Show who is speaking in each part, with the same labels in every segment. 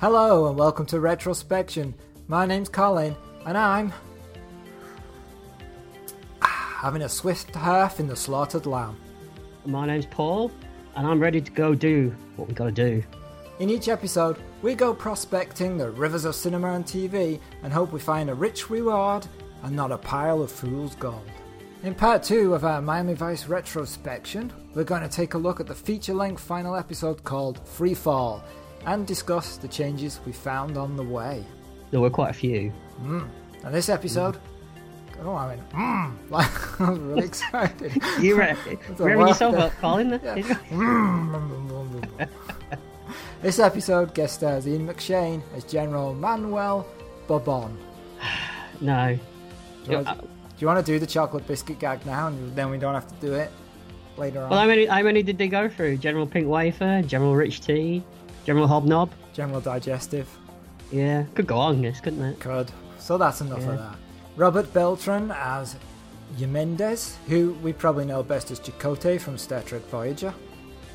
Speaker 1: Hello and welcome to Retrospection. My name's Colin and I'm having a swift half in the slaughtered lamb.
Speaker 2: My name's Paul, and I'm ready to go do what we gotta do.
Speaker 1: In each episode, we go prospecting the rivers of cinema and TV and hope we find a rich reward and not a pile of fool's gold. In part two of our Miami Vice retrospection, we're going to take a look at the feature length final episode called Free Fall and discuss the changes we found on the way.
Speaker 2: There were quite a few.
Speaker 1: And this episode, oh, I mean, mm, like, I was really excited.
Speaker 2: You re-
Speaker 1: a
Speaker 2: revving
Speaker 1: laugh
Speaker 2: yourself
Speaker 1: there.
Speaker 2: up, Colin.
Speaker 1: This episode guest stars Ian McShane as General Manuel Bobon.
Speaker 2: No.
Speaker 1: Do you, want, do you want to do the chocolate biscuit gag now, and then we don't have to do it later on?
Speaker 2: Well, how many, how many did they go through? General Pink Wafer, General Rich Tea, General Hobnob.
Speaker 1: General digestive.
Speaker 2: Yeah, could go on, this couldn't it?
Speaker 1: Good. So that's enough
Speaker 2: Yeah.
Speaker 1: of that. Robert Beltran as Yemendez, who we probably know best as Chakotay from Star Trek Voyager.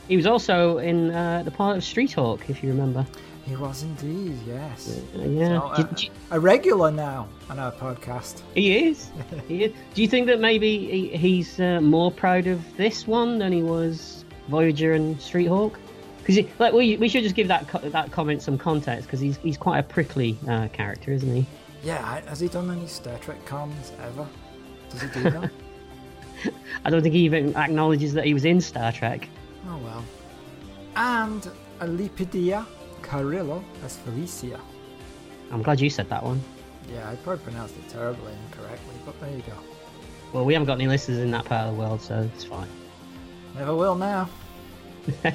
Speaker 2: He was also in uh, the part of Street Hawk, if you remember.
Speaker 1: He was indeed, yes.
Speaker 2: Uh, yeah,
Speaker 1: So, uh,
Speaker 2: Did- did-
Speaker 1: a regular now on our podcast.
Speaker 2: he is. he is. Do you think that maybe he, he's uh, more proud of this one than he was Voyager and Street Hawk? Because like we, we should just give that co- that comment some context because he's he's quite a prickly uh, character, isn't he?
Speaker 1: Yeah, I- has he done any Star Trek cons ever? Does he do that?
Speaker 2: I don't think he even acknowledges that he was in Star Trek.
Speaker 1: oh well. And Alipidia Carrillo as Felicia.
Speaker 2: I'm glad you said that one.
Speaker 1: Yeah, I probably pronounced it terribly and incorrectly, but there you go.
Speaker 2: Well, we haven't got any listeners in that part of the world, so it's fine.
Speaker 1: Never will now.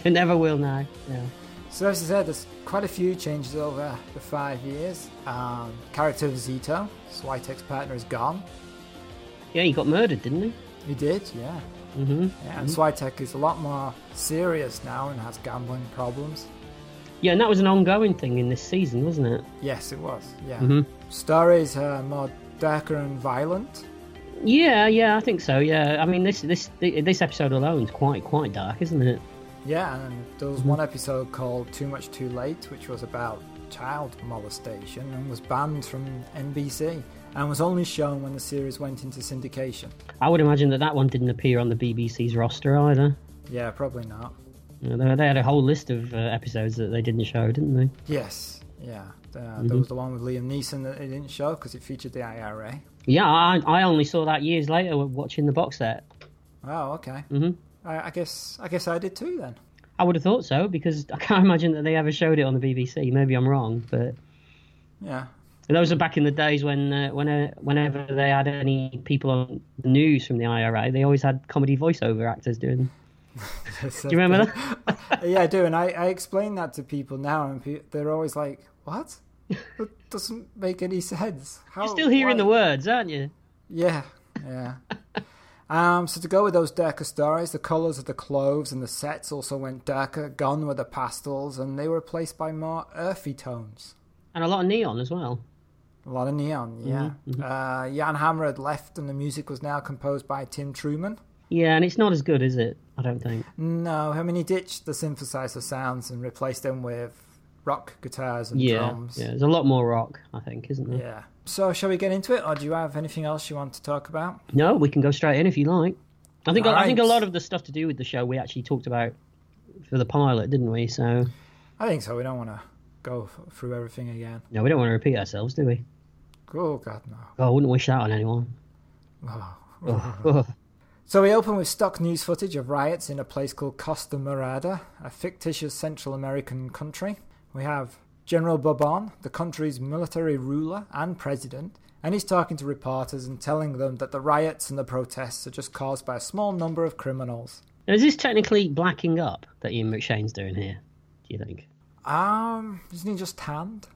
Speaker 2: Never will now. Yeah.
Speaker 1: So as I said, there's quite a few changes over the five years. Um, character of Zito, Switek's partner, is gone.
Speaker 2: Yeah, he got murdered, didn't he?
Speaker 1: He did, yeah.
Speaker 2: Mm-hmm.
Speaker 1: yeah and Switek is a lot more serious now and has gambling problems.
Speaker 2: Yeah, and that was an ongoing thing in this season, wasn't it?
Speaker 1: Yes, it was. Yeah.
Speaker 2: Mhm.
Speaker 1: Stories are uh, more darker and violent.
Speaker 2: Yeah, yeah, I think so. Yeah, I mean, this this this episode alone is quite quite dark, isn't it?
Speaker 1: Yeah, and there
Speaker 2: Mm-hmm.
Speaker 1: was one episode called Too Much Too Late, which was about child molestation and was banned from NBC and was only shown when the series went into syndication.
Speaker 2: I would imagine that that one didn't appear on the BBC's roster either.
Speaker 1: Yeah, probably not.
Speaker 2: You know, they- they had a whole list of uh, episodes that they didn't show, didn't they?
Speaker 1: Yes, yeah. Uh,
Speaker 2: Mm-hmm.
Speaker 1: There was the one with Liam Neeson that they didn't show because it featured the IRA.
Speaker 2: Yeah, I, I only saw that years later when watching the box set.
Speaker 1: Oh, okay.
Speaker 2: Mhm.
Speaker 1: I, I guess I guess I did too then.
Speaker 2: I would have thought so because I can't imagine that they ever showed it on the BBC. Maybe I'm wrong, but
Speaker 1: Yeah.
Speaker 2: those are back in the days when uh, when uh, whenever they had any people on the news from the IRA, they always had comedy voiceover actors doing.
Speaker 1: Yes,
Speaker 2: Do you remember that?
Speaker 1: yeah, I do, and I, I explain that to people now, and pe- they're always like, "What? That doesn't make any sense." How,
Speaker 2: You're still hearing
Speaker 1: why?"
Speaker 2: the words, aren't you?
Speaker 1: Yeah, yeah. um, so to go with those darker stories, the colours of the clothes and the sets also went darker. Gone were the pastels, and they were replaced by more earthy tones.
Speaker 2: And a lot of neon as well.
Speaker 1: A lot of
Speaker 2: Mm-hmm,
Speaker 1: neon, yeah. Uh, Jan Hammer had left, and the music was now composed by Tim Truman.
Speaker 2: Yeah, and it's not as good, is it? I don't think.
Speaker 1: No, I mean he ditched the synthesizer sounds and replaced them with rock guitars and
Speaker 2: Yeah,
Speaker 1: drums.
Speaker 2: yeah. There's a lot more rock, I think, isn't there?
Speaker 1: Yeah. So, shall we get into it, or do you have anything else you want to talk about?
Speaker 2: No, we can go straight in if you like. I think I think a
Speaker 1: Alright.
Speaker 2: lot of the stuff to do with the show we actually talked about for the pilot, didn't we? So
Speaker 1: I think so. We don't want to go f- through everything again.
Speaker 2: no, we don't want to repeat ourselves, do we?
Speaker 1: Oh God, no.
Speaker 2: Oh, I wouldn't wish that on anyone.
Speaker 1: Oh.
Speaker 2: Ugh.
Speaker 1: So we open with stock news footage of riots in a place called Costa Morada, a fictitious Central American country. We have General Bourbon, the country's military ruler and president, and he's talking to reporters and telling them that the riots and the protests are just caused by a small number of criminals.
Speaker 2: Now, is this technically blacking up that Ian McShane's doing here? Do you think?
Speaker 1: Um, isn't he just tanned?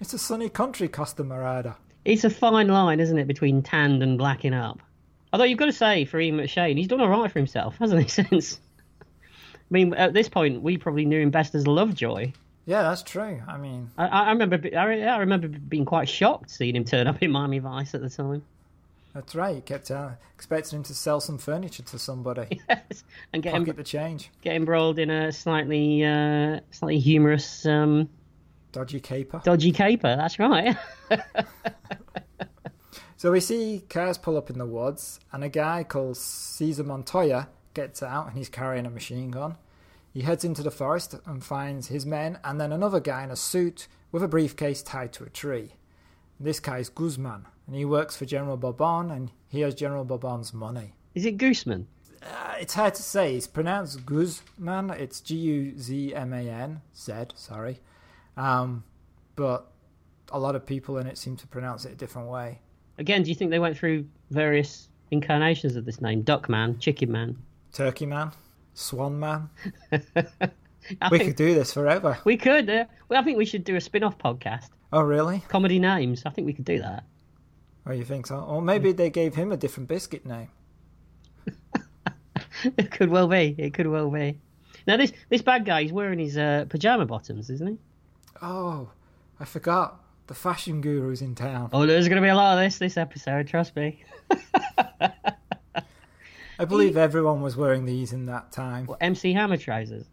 Speaker 1: It's a sunny country, Costa Morada.
Speaker 2: It's a fine line, isn't it, between tanned and blacking up? Although you've got to say, for Ian McShane, he's done all right for himself, hasn't he? Since, I mean, at this point, we probably knew him best as Lovejoy.
Speaker 1: Yeah, that's true. I mean,
Speaker 2: I, I I remember, I, re- I remember being quite shocked seeing him turn up in Miami Vice at the time,
Speaker 1: that's right. You kept uh, expecting him to sell some furniture to somebody,
Speaker 2: and get, em-
Speaker 1: pocket the change.
Speaker 2: get embroiled in a slightly, uh, slightly humorous um,
Speaker 1: Dodgy caper.
Speaker 2: Dodgy caper, that's right.
Speaker 1: So we see cars pull up in the woods, and a guy called Caesar Montoya gets out and he's carrying a machine gun. He heads into the forest and finds his men, and then another guy in a suit with a briefcase tied to a tree. This guy's Guzman, and he works for General Bourbon, and he has General Bourbon's money.
Speaker 2: Is it Gooseman?
Speaker 1: Uh, it's hard to say. It's pronounced Guzman. It's G U Z M A N Z. Sorry, um, but a lot of people in it seem to pronounce it a different way.
Speaker 2: Again, do you think they went through various incarnations of this name? Duck Man, Chicken Man.
Speaker 1: Turkey Man, Swan Man.
Speaker 2: I
Speaker 1: We
Speaker 2: think
Speaker 1: could do this forever.
Speaker 2: we could. Uh, well, I think we should do a spin-off podcast,
Speaker 1: Oh, really?
Speaker 2: comedy names. I think we could do that.
Speaker 1: Oh, you think so? Or maybe they gave him a different biscuit name.
Speaker 2: it could well be. It could well be. Now this this bad guy, he's wearing his uh, pajama bottoms, isn't he?
Speaker 1: Oh, I forgot. The fashion guru's in town.
Speaker 2: Oh, there's going to be a lot of this this episode. Trust me.
Speaker 1: I believe everyone was wearing these in that time.
Speaker 2: Well, MC Hammer trousers.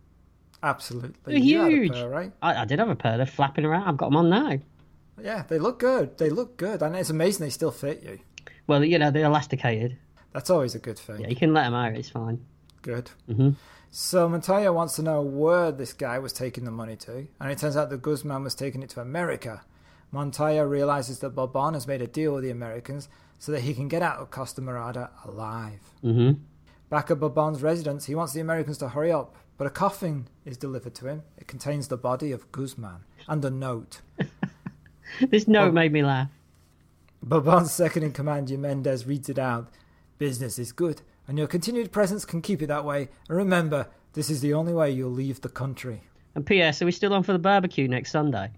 Speaker 1: Absolutely.
Speaker 2: They're
Speaker 1: You had a
Speaker 2: huge.
Speaker 1: pair, right?
Speaker 2: I, I did have a pair. They're flapping around. I've got them on now.
Speaker 1: Yeah, they look good. They look good. And it's amazing they still fit you.
Speaker 2: Well, you know they're elasticated.
Speaker 1: That's always a good thing.
Speaker 2: Yeah, you can let them out. It's fine.
Speaker 1: Good.
Speaker 2: Mhm.
Speaker 1: So Montoya wants to know where this guy was taking the money to, and it turns out that Guzman was taking it to America. Montoya realizes that Bourbon has made a deal with the Americans so that he can get out of Costa Morada alive.
Speaker 2: hmm
Speaker 1: Back at Bourbon's residence, he wants the Americans to hurry up, but a coffin is delivered to him. It contains the body of Guzman and a note.
Speaker 2: This note made me laugh.
Speaker 1: Bourbon's second in command, Mendez, reads it out. Business is good, and your continued presence can keep it that way. And remember, this is the only way you'll leave the country.
Speaker 2: And P.S. Are we still on for the barbecue next Sunday?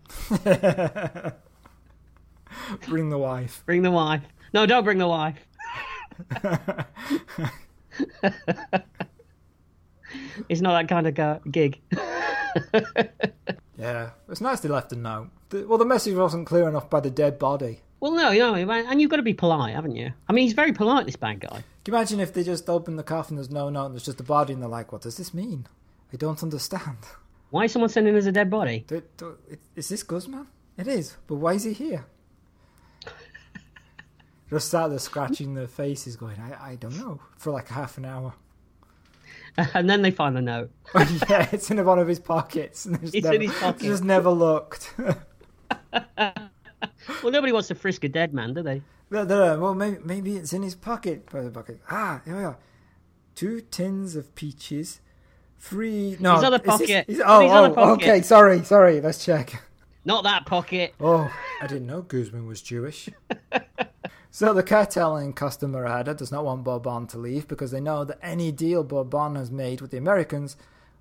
Speaker 1: Bring the wife.
Speaker 2: Bring the wife. No, don't bring the wife. it's not that kind of go- gig.
Speaker 1: Yeah, it's nice they left a note. The, well, the message wasn't clear enough by the dead body.
Speaker 2: Well, no, you know, and you've got to be polite, haven't you? I mean, he's very polite, this bad guy.
Speaker 1: Can you imagine if they just opened the coffin, there's no note, and there's just a body, and they're like, what does this mean? I don't understand.
Speaker 2: Why is someone sending us a dead body?
Speaker 1: Do, do, is this Guzman? It is, but why is he here? Just sat there scratching their faces, going, I, I don't know, for like half an hour.
Speaker 2: and then they find the note.
Speaker 1: yeah, it's in one of his pockets. And they just
Speaker 2: It's in
Speaker 1: never,
Speaker 2: his pocket.
Speaker 1: Just never looked.
Speaker 2: Well, nobody wants to frisk a dead man, do they?
Speaker 1: No, no, no. Well, maybe, maybe it's in his pocket. By the pocket. Ah, here we are. Two tins of peaches. Three. No,
Speaker 2: His other
Speaker 1: is this-
Speaker 2: pocket.
Speaker 1: is- oh,
Speaker 2: His
Speaker 1: oh,
Speaker 2: other pocket.
Speaker 1: okay. Sorry, sorry. Let's check.
Speaker 2: Not that pocket.
Speaker 1: Oh, I didn't know Guzman was Jewish. so the cartel in Costa Morada does not want Bourbon to leave because they know that any deal Bourbon has made with the Americans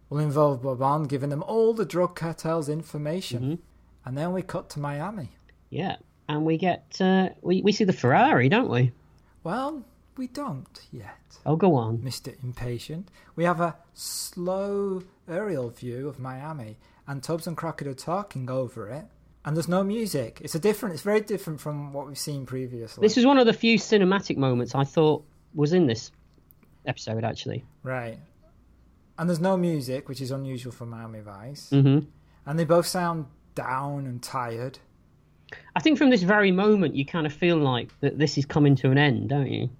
Speaker 1: will involve Bourbon giving them all the drug cartel's information.
Speaker 2: Mm-hmm.
Speaker 1: And then we cut to Miami.
Speaker 2: Yeah. And we get, uh, we, we see the Ferrari, don't we?
Speaker 1: Well, we don't yet.
Speaker 2: Oh, go on.
Speaker 1: Mr. Impatient. We have a slow aerial view of Miami, and Tubbs and Crockett are talking over it. And there's no music. It's a different. It's very different from what we've seen previously.
Speaker 2: This was one of the few cinematic moments I thought was in this episode, actually.
Speaker 1: right. And there's no music, which is unusual for Miami Vice.
Speaker 2: hmm
Speaker 1: And they both sound down and tired.
Speaker 2: I think from this very moment, you kind of feel like that this is coming to an end, don't you?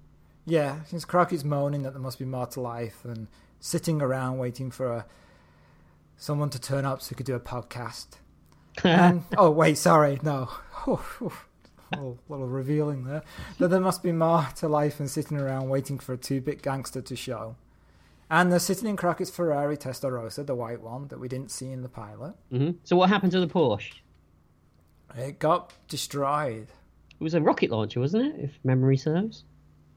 Speaker 1: Yeah, since Crockett's moaning that there must be more to life and sitting around waiting for a, someone to turn up so he could do a podcast. and, oh, wait, sorry, no. A little, little revealing there. That there must be more to life than sitting around waiting for a two bit gangster to show. And they're sitting in Crockett's Ferrari Testarossa, the white one that we didn't see in the pilot.
Speaker 2: hmm So what happened to the Porsche?
Speaker 1: It got destroyed.
Speaker 2: It was a rocket launcher, wasn't it? If memory serves.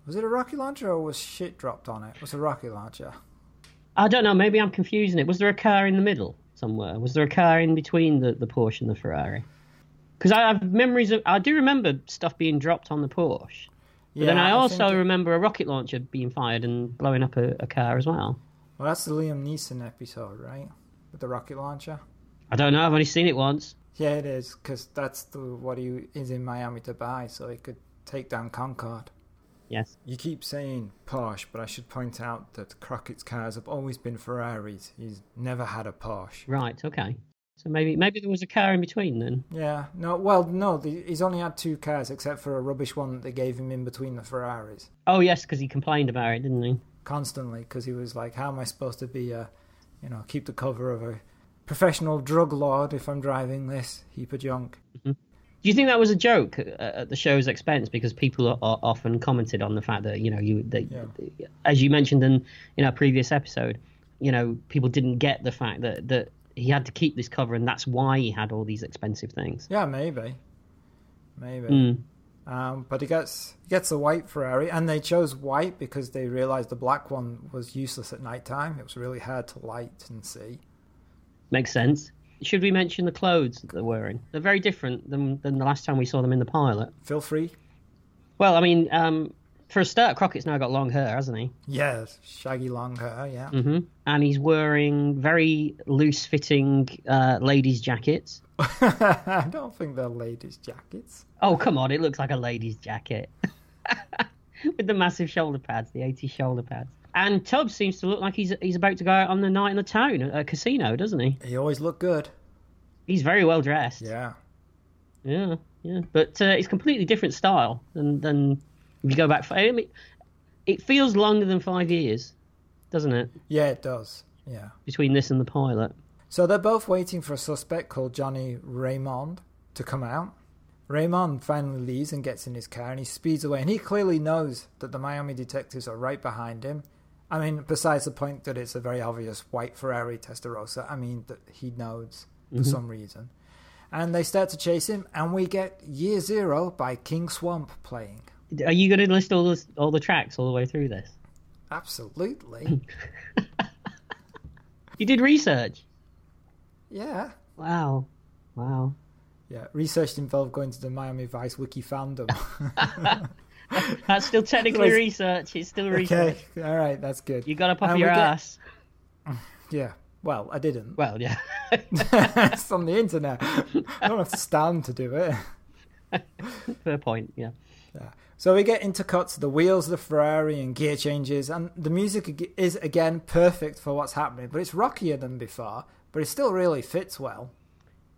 Speaker 1: Was it a rocket launcher or was shit dropped on it? It was a rocket launcher.
Speaker 2: I don't know. Maybe I'm confusing it. Was there a car in the middle somewhere? Was there a car in between the, the Porsche and the Ferrari? Because I have memories of. I do remember stuff being dropped on the Porsche. But then I also
Speaker 1: think it-
Speaker 2: remember a rocket launcher being fired and blowing up a, a car as well.
Speaker 1: Well, that's the Liam Neeson episode, right? With the rocket launcher.
Speaker 2: I don't know. I've only seen it once.
Speaker 1: Yeah, it is, because that's the what he is in Miami to buy, so he could take down Concord.
Speaker 2: Yes.
Speaker 1: You keep saying Porsche, but I should point out that Crockett's cars have always been Ferraris. He's never had a Porsche.
Speaker 2: Right. Okay. So maybe maybe there was a car in between then.
Speaker 1: Yeah. No. Well, no. The, he's only had two cars, except for a rubbish one that they gave him in between the Ferraris
Speaker 2: Oh yes, because he complained about it, didn't he?
Speaker 1: constantly because he was like, "How am I supposed to be a, you know, keep the cover of a professional drug lord if I'm driving this heap of junk?"
Speaker 2: Do you think that was a joke uh, at the show's expense? Because people are, are often commented on the fact that you know you, that, as you mentioned in in our previous episode, you know people didn't get the fact that that he had to keep this cover and that's why he had all these expensive things.
Speaker 1: Yeah, maybe, maybe.
Speaker 2: Mm.
Speaker 1: Um, but he gets he gets the white Ferrari, and they chose white because they realized the black one was useless at night time. It was really hard to light and see.
Speaker 2: Makes sense. Should we mention the clothes that they're wearing? They're very different than than the last time we saw them in the pilot.
Speaker 1: Feel free.
Speaker 2: Well, I mean, um, for a start, Crockett's now got long hair, hasn't he?
Speaker 1: Yeah, shaggy long hair. Yeah,
Speaker 2: hmm And he's wearing very loose-fitting uh, ladies' jackets.
Speaker 1: I don't think they're ladies' jackets.
Speaker 2: Oh, come on, it looks like a lady's jacket. With the massive shoulder pads, the 80 shoulder pads. And Tubbs seems to look like he's he's about to go out on the night in the town, a casino, doesn't he?
Speaker 1: He always look good.
Speaker 2: He's very well dressed.
Speaker 1: Yeah,
Speaker 2: yeah. yeah. But uh, it's completely different style than, than if you go back. I mean, it feels longer than five years, doesn't it,
Speaker 1: yeah, it does. Yeah.
Speaker 2: between this and the pilot?
Speaker 1: So they're both waiting for a suspect called Johnny Raymond to come out. Raymond finally leaves and gets in his car and he speeds away. And he clearly knows that the Miami detectives are right behind him. I mean, besides the point that it's a very obvious white Ferrari Testarossa, I mean, that he knows for some reason. And they start to chase him, and we get Year Zero by King Swamp playing.
Speaker 2: Are you going to list all, this, all the tracks all the way through this?
Speaker 1: Absolutely.
Speaker 2: You did research.
Speaker 1: yeah.
Speaker 2: Wow. Wow.
Speaker 1: Yeah. Research involved going to the Miami Vice Wiki fandom.
Speaker 2: That's still technically
Speaker 1: Nice.
Speaker 2: research. It's still research.
Speaker 1: okay. All right. That's good.
Speaker 2: You got up off
Speaker 1: And we
Speaker 2: your
Speaker 1: get-
Speaker 2: ass.
Speaker 1: Yeah. Well, I didn't.
Speaker 2: Well, yeah.
Speaker 1: it's on the internet. I don't have to stand to do it.
Speaker 2: Fair point. Yeah.
Speaker 1: So we get intercuts, the wheels, of the Ferrari, and gear changes, and the music ag- is again perfect for what's happening. But it's rockier than before, but it still really fits well.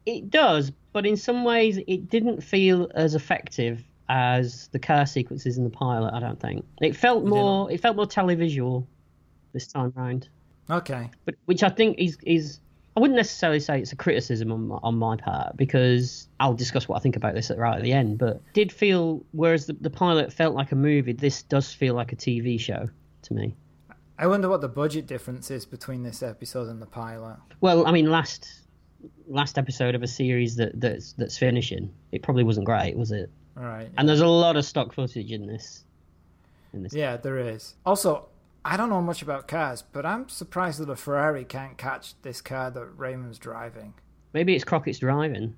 Speaker 2: It does, but in some ways, it didn't feel as effective as the car sequences in the pilot. I don't think it felt more. It felt more televisual this time round,
Speaker 1: Okay.
Speaker 2: but which I think is is. I wouldn't necessarily say it's a criticism on my, on my part because I'll discuss what I think about this at, right at the end. But it did feel whereas the, the pilot felt like a movie, this does feel like a TV show to me.
Speaker 1: I wonder what the budget difference is between this episode and the pilot.
Speaker 2: Well, I mean, last last episode of a series that that's that's finishing, it probably wasn't great, was it?
Speaker 1: All right.
Speaker 2: And there's a lot of stock footage in this.
Speaker 1: Yeah, there is. Also, I don't know much about cars, but I'm surprised that a Ferrari can't catch this car that Raymond's driving.
Speaker 2: Maybe it's Crockett's driving.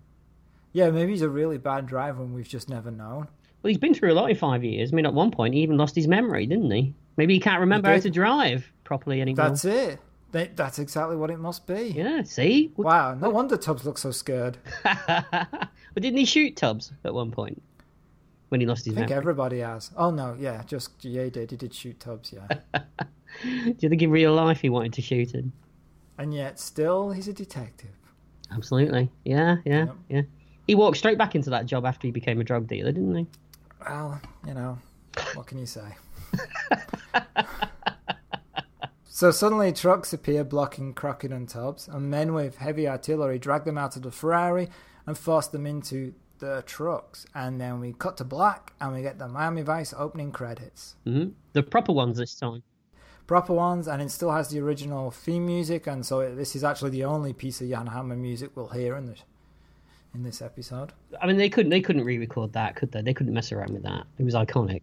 Speaker 1: Yeah, maybe he's a really bad driver and we've just never known.
Speaker 2: Well, he's been through a lot in five years. I mean, at one point, he even lost his memory, didn't he? Maybe he can't remember how
Speaker 1: did.
Speaker 2: to drive properly anymore.
Speaker 1: That's it. That- That's exactly what it must be.
Speaker 2: Yeah, see? Well,
Speaker 1: Wow, no wonder Tubbs looks so scared.
Speaker 2: didn't he shoot Tubbs at one point when he lost his
Speaker 1: I think
Speaker 2: memory?
Speaker 1: everybody has. Oh no, yeah, just GA did. He did shoot Tubbs, yeah.
Speaker 2: Do you think in real life he wanted to shoot him?
Speaker 1: and yet, still, he's a detective.
Speaker 2: Absolutely. Yeah, yeah,
Speaker 1: Yep.
Speaker 2: yeah. He walked straight back into that job after he became a drug dealer, didn't he?
Speaker 1: Well, you know, what can you say? so suddenly, trucks appear blocking Crockett and Tubbs, and men with heavy artillery drag them out of the Ferrari and force them into the trucks. And then we cut to black, and we get the Miami Vice opening credits.
Speaker 2: hmm The proper ones this time.
Speaker 1: proper ones, and it still has the original theme music. And so it, this is actually the only piece of Jan Hammer music we'll hear in this in this episode.
Speaker 2: I mean, they couldn't they couldn't re-record that, could they? They couldn't mess around with that. It was iconic.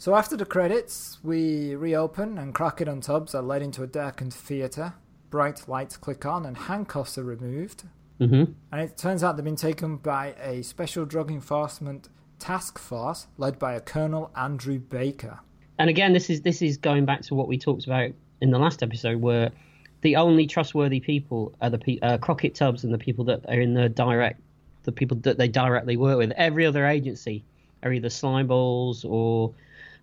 Speaker 1: So after the credits, we reopen, and Crockett and Tubbs are led into a darkened theater. Bright lights click on, and handcuffs are removed.
Speaker 2: hmm
Speaker 1: And it turns out they've been taken by a special drug enforcement task force led by a Colonel Andrew Baker.
Speaker 2: And again, this is this is going back to what we talked about in the last episode, where the only trustworthy people are the pe- uh, Crockett Tubbs and the people that are in the direct, the people that they directly work with. Every other agency are either slimeballs or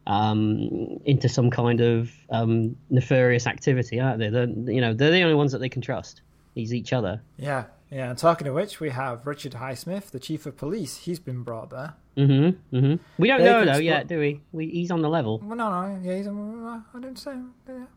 Speaker 2: um, into some kind of um, nefarious activity, aren't they? They're, you know, they're the only ones that they can trust. He's each other.
Speaker 1: Yeah, yeah. And talking of which, we have Richard Highsmith, the chief of police. He's been brought there.
Speaker 2: Mm-hmm. Mm-hmm. We don't
Speaker 1: They
Speaker 2: know
Speaker 1: can
Speaker 2: though
Speaker 1: spot-
Speaker 2: yet, do we? we? He's on the level.
Speaker 1: Well, no, no. Yeah, he's. I didn't say.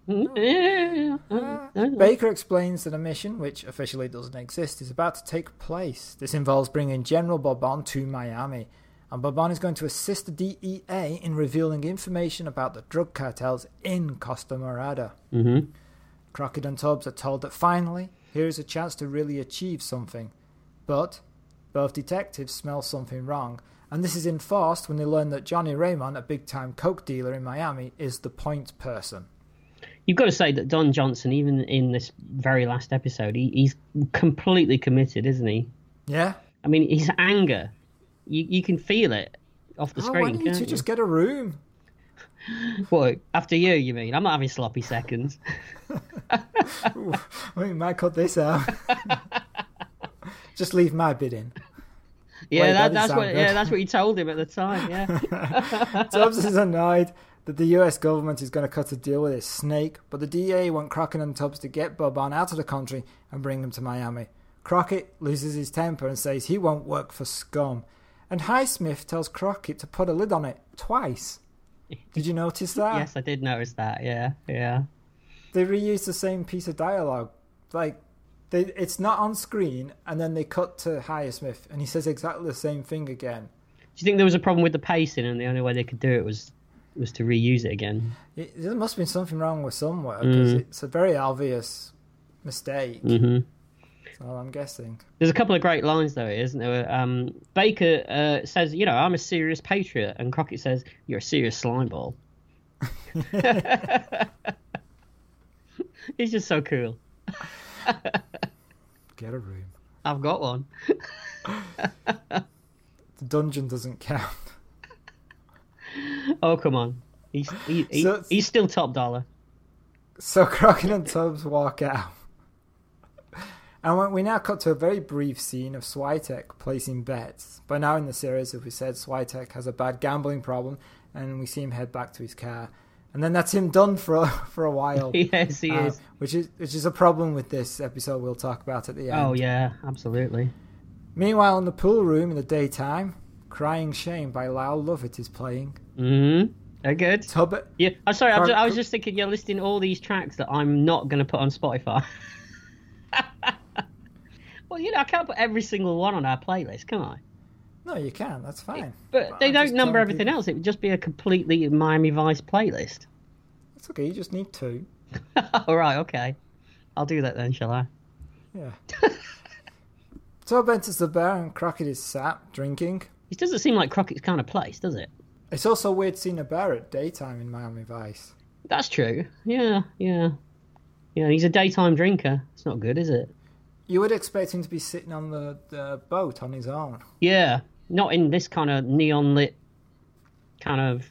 Speaker 1: Yeah.
Speaker 2: Mm-hmm.
Speaker 1: Baker explains that a mission, which officially doesn't exist, is about to take place. This involves bringing General Bourbon to Miami, and Bourbon is going to assist the DEA in revealing information about the drug cartels in Costa Morada.
Speaker 2: Mm-hmm.
Speaker 1: Crockett and Tubbs are told that finally, here is a chance to really achieve something. But both detectives smell something wrong, and this is enforced when they learn that Johnny Raymond, a big time coke dealer in Miami, is the point person.
Speaker 2: You've got to say that Don Johnson, even in this very last episode, he, he's completely committed, isn't he?
Speaker 1: Yeah?
Speaker 2: I mean, his anger, you, you can feel it off the
Speaker 1: Oh,
Speaker 2: screen.
Speaker 1: why don't you
Speaker 2: can't
Speaker 1: two
Speaker 2: you?
Speaker 1: just get a room?
Speaker 2: What, after you, you mean? I'm not having sloppy seconds.
Speaker 1: Ooh, we might cut this out. Just leave my bid in.
Speaker 2: Yeah,
Speaker 1: Wait, that
Speaker 2: that,
Speaker 1: didn't
Speaker 2: that's
Speaker 1: sound
Speaker 2: what.
Speaker 1: good.
Speaker 2: Yeah, that's what you told him at the time. Yeah.
Speaker 1: Tubbs is annoyed that the US government is going to cut a deal with this snake, but the DA want Crockett and Tubbs to get Bourbon out of the country and bring him to Miami. Crockett loses his temper and says he won't work for scum. And Highsmith tells Crockett to put a lid on it twice. Did you notice that?
Speaker 2: yes, I did notice that. Yeah, yeah.
Speaker 1: They reuse the same piece of dialogue. Like, they, it's not on screen, and then they cut to Highsmith, and he says exactly the same thing again.
Speaker 2: Do you think there was a problem with the pacing, and the only way they could do it was was to reuse it again?
Speaker 1: It, there must have been something wrong with somewhere because it's a very obvious mistake.
Speaker 2: Mhm.
Speaker 1: So I'm guessing.
Speaker 2: There's a couple of great lines though, isn't there? Um, Baker uh, says, "You know, I'm a serious patriot," and Crockett says, "You're a serious slimeball." He's just so cool.
Speaker 1: Get a room.
Speaker 2: I've got one.
Speaker 1: The dungeon doesn't count.
Speaker 2: Oh come on, he's he, he,
Speaker 1: So-
Speaker 2: he's still top dollar.
Speaker 1: So Crockett and Tubbs walk out. And when- we now cut to a very brief scene of Switek placing bets. By now in the series, as we said, Switek has a bad gambling problem, and we see him head back to his car. And then that's him done for a, for a while,
Speaker 2: yes, he
Speaker 1: uh,
Speaker 2: is.
Speaker 1: which is which is a problem with this episode. We'll talk about at the end.
Speaker 2: Oh yeah, absolutely.
Speaker 1: Meanwhile, in the pool room in the daytime, Crying Shame by Lyle Lovett is playing.
Speaker 2: Hmm. They're good.
Speaker 1: Tubbs.
Speaker 2: Yeah, I'm sorry. I was,
Speaker 1: Cor-
Speaker 2: I was just thinking you're listing all these tracks that I'm not going to put on Spotify. well, you know, I can't put every single one on our playlist, can I?
Speaker 1: No, you can. That's fine.
Speaker 2: But
Speaker 1: But
Speaker 2: they
Speaker 1: I'm
Speaker 2: don't
Speaker 1: just
Speaker 2: number
Speaker 1: telling
Speaker 2: everything
Speaker 1: people-
Speaker 2: else. It would just be a completely Miami Vice playlist.
Speaker 1: It's okay. You just need two.
Speaker 2: all right, okay. I'll do that then, shall I?
Speaker 1: Yeah. Tubbs enters the bar and Crockett is sat drinking.
Speaker 2: It doesn't seem like Crockett's kind of place, does it?
Speaker 1: It's also weird seeing a bar at daytime in Miami Vice.
Speaker 2: That's true. Yeah, yeah. Yeah, he's a daytime drinker. It's not good, is it?
Speaker 1: You would expect him to be sitting on the, the boat on his own.
Speaker 2: Yeah, not in this kind of neon lit, kind of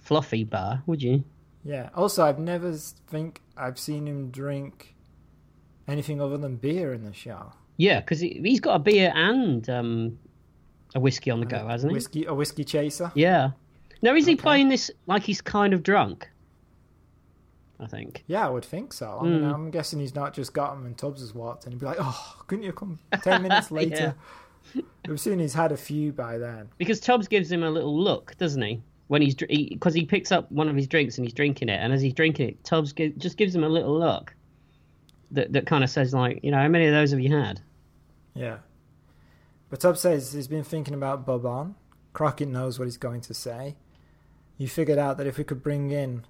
Speaker 2: fluffy bar, would you?
Speaker 1: Yeah. Also, I've never s- think I've seen him drink anything other than beer in the show.
Speaker 2: Yeah, because he's got a beer and um, a whiskey on the go, hasn't he?
Speaker 1: Whiskey, a whiskey chaser.
Speaker 2: Yeah. Now is he playing this like he's kind of drunk? I think.
Speaker 1: Yeah, I would think so. I
Speaker 2: Hmm.
Speaker 1: mean, I'm guessing he's not just got him and Tubbs has walked and he'd be like, oh, couldn't you come 10 minutes later? I'm assuming he's had a few by then.
Speaker 2: because Tubbs gives him a little look, doesn't he? When he's because he, 'cause he picks up one of his drinks and he's drinking it, and as he's drinking it, Tubbs gi- just gives him a little look that that kind of says like, you know, how many of those have you had?
Speaker 1: Yeah. But Tubbs says he's been thinking about Bobon. Crockett knows what he's going to say. You figured out that if we could bring in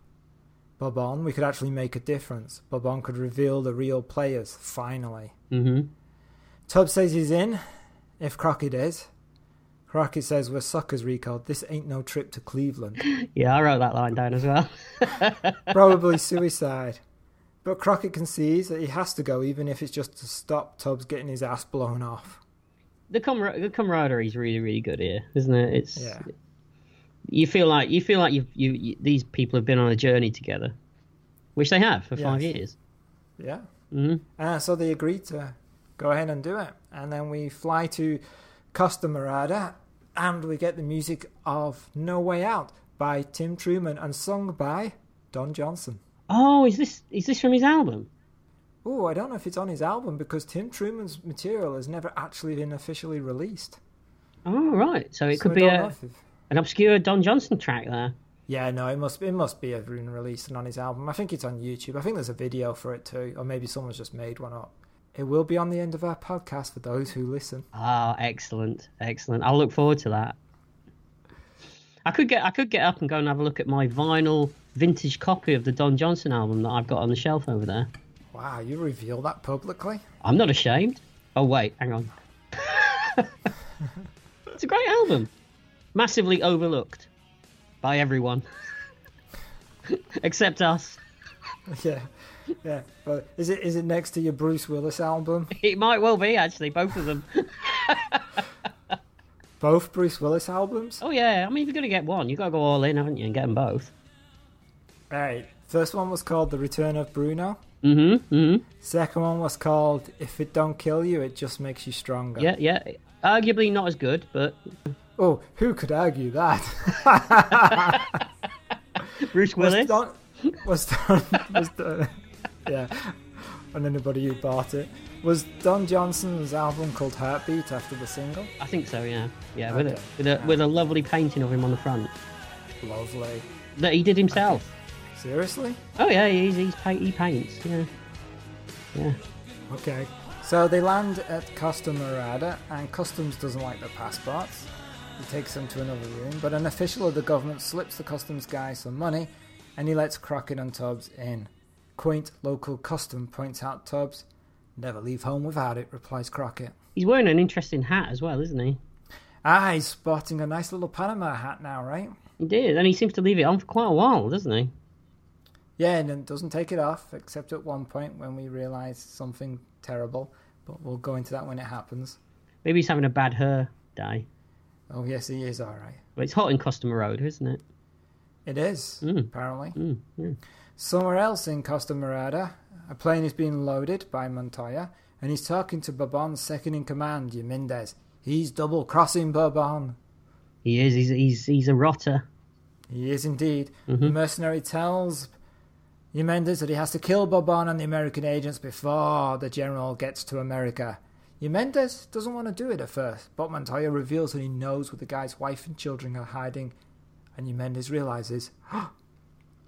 Speaker 1: Bobon, we could actually make a difference. Bobon could reveal the real players, finally.
Speaker 2: Mm-hmm.
Speaker 1: Tubbs says he's in, if Crockett is. Crockett says, we're suckers, Rico. This ain't no trip to Cleveland.
Speaker 2: Yeah, I wrote that line down as well.
Speaker 1: probably suicide. But Crockett concedes that he has to go, even if it's just to stop Tubbs getting his ass blown off.
Speaker 2: the, camar- the camaraderie is really really good here isn't it it's
Speaker 1: Yeah.
Speaker 2: you feel like you feel like you've, you, you these people have been on a journey together which they have for five
Speaker 1: Yes.
Speaker 2: years
Speaker 1: Yeah.
Speaker 2: Mhm.
Speaker 1: Uh, so they agree to go ahead and do it. And then we fly to Costa Morada and we get the music of No Way Out by Tim Truman and sung by Don Johnson.
Speaker 2: oh is this is this from his album
Speaker 1: Oh, I don't know if it's on his album because Tim Truman's material has never actually been officially released.
Speaker 2: Oh, right. So it
Speaker 1: So
Speaker 2: could
Speaker 1: I
Speaker 2: be
Speaker 1: don't know
Speaker 2: a,
Speaker 1: if if-
Speaker 2: an obscure Don Johnson track there.
Speaker 1: Yeah, no, it must it must be have been released and on his album. I think it's on YouTube. I think there's a video for it too, or maybe someone's just made one up. It will be on the end of our podcast for those who listen.
Speaker 2: Ah, excellent, excellent. I'll look forward to that. I could get I could get up and go and have a look at my vinyl vintage copy of the Don Johnson album that I've got on the shelf over there.
Speaker 1: Wow, you reveal that publicly?
Speaker 2: I'm not ashamed. Oh wait, hang on. it's a great album. Massively overlooked by everyone. Except us.
Speaker 1: yeah, yeah. But is it is it next to your Bruce Willis album?
Speaker 2: It might well be actually both of them.
Speaker 1: Both Bruce Willis albums?
Speaker 2: Oh yeah, I mean if you're gonna get one, you gotta go all in, haven't you, and get them both.
Speaker 1: Right. First one was called The Return of Bruno.
Speaker 2: Mm-hmm. Mm-hmm.
Speaker 1: Second one was called If It Don't Kill You, It Just Makes You Stronger.
Speaker 2: Yeah, yeah. Arguably not as good, but
Speaker 1: Oh, who could argue that?
Speaker 2: Bruce
Speaker 1: was
Speaker 2: Willis.
Speaker 1: done. Was done. Was done. Yeah. And anybody who bought it was Don Johnson's album called Heartbeat after the single.
Speaker 2: I think so. Yeah, yeah. With
Speaker 1: Okay.
Speaker 2: a with a with a lovely painting of him on the front
Speaker 1: Lovely.
Speaker 2: that he did himself.
Speaker 1: Seriously?
Speaker 2: Oh yeah, he's, he's pa- he paints. Yeah, yeah.
Speaker 1: Okay. So they land at Costa Morada, and customs doesn't like their passports. He takes them to another room, but an official of the government slips the customs guy some money, and he lets Crockett and Tubbs in. Quaint local custom points out Tubbs. Never leave home without it, replies Crockett.
Speaker 2: He's wearing an interesting hat as well, isn't he?
Speaker 1: Ah, he's sporting a nice little Panama hat now, right?
Speaker 2: He did, and he seems to leave it on for quite a while, doesn't he?
Speaker 1: Yeah, and then doesn't take it off, except at one point when we realise something terrible. But we'll go into that when it happens.
Speaker 2: Maybe he's having a bad hair day.
Speaker 1: Oh, yes, he is alright.
Speaker 2: But it's hot in Costa Morada, isn't it?
Speaker 1: It is, apparently.
Speaker 2: Mm, yeah.
Speaker 1: Somewhere else in Costa Morada, a plane is being loaded by Montoya, and he's talking to Bourbon's second in command, Yamindez. He's double crossing Bourbon.
Speaker 2: He is. He's he's he's a rotter.
Speaker 1: He is indeed. The mercenary tells Yamendez that he has to kill Bourbon and the American agents before the general gets to America. Yamendez doesn't want to do it at first, but Montoya reveals that he knows where the guy's wife and children are hiding, and Yamendez realizes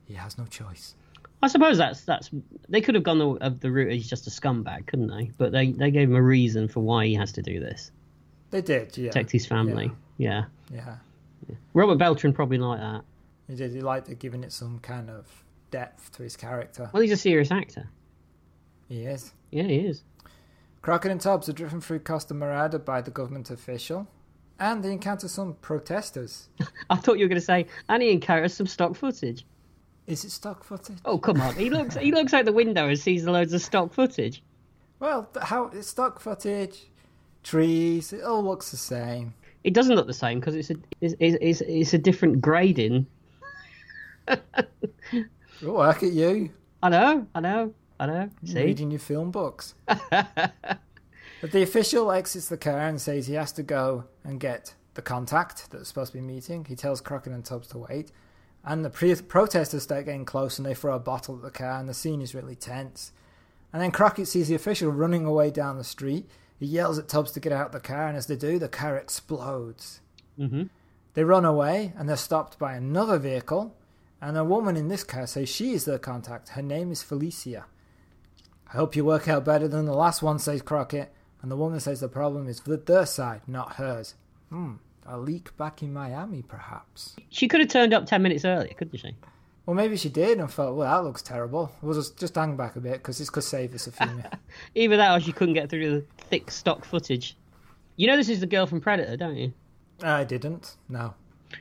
Speaker 1: he has no choice.
Speaker 2: I suppose that's that's they could have gone the, of the route. He's just a scumbag, couldn't they? But they they gave him a reason for why he has to do this.
Speaker 1: They did, yeah.
Speaker 2: protect his family. Yeah.
Speaker 1: Yeah.
Speaker 2: Robert Beltran probably like that.
Speaker 1: He did. He liked it, giving it some kind of depth to his character.
Speaker 2: Well, he's a serious actor.
Speaker 1: He is.
Speaker 2: Yeah, he is.
Speaker 1: Crockett and Tubbs are driven through Costa Morada by the government official, and they encounter some protesters.
Speaker 2: I thought you were going to say, and he encounters some stock footage.
Speaker 1: Is it stock footage?
Speaker 2: Oh, come on. He looks he looks out the window and sees loads of stock footage.
Speaker 1: Well, th- how it's stock footage, trees. It all looks the same.
Speaker 2: It doesn't look the same because it's a it's, it's, it's a different grading.
Speaker 1: Oh, Look at you
Speaker 2: I know, I know, I know. See,
Speaker 1: reading your film books. but the official exits the car and says he has to go and get the contact that they're supposed to be meeting. He tells Crockett and Tubbs to wait. And the pre- protesters start getting close and they throw a bottle at the car, and the scene is really tense. And then Crockett sees the official running away down the street. He yells at Tubbs to get out of the car, and as they do, the car explodes.
Speaker 2: Mhm.
Speaker 1: They run away and they're stopped by another vehicle. And a woman in this car says she is their contact. Her name is Felicia. I hope you work out better than the last one, says Crockett. And the woman says the problem is with their side, not hers. Hmm, a leak back in Miami, perhaps.
Speaker 2: she could have turned up ten minutes earlier, couldn't she?
Speaker 1: Well, maybe she did and thought, well, that looks terrible. We'll just, just hang back a bit because this could save us a few minutes.
Speaker 2: Either that, or she couldn't get through the thick stock footage. You know, this is the girl from Predator, don't you?
Speaker 1: I didn't. No.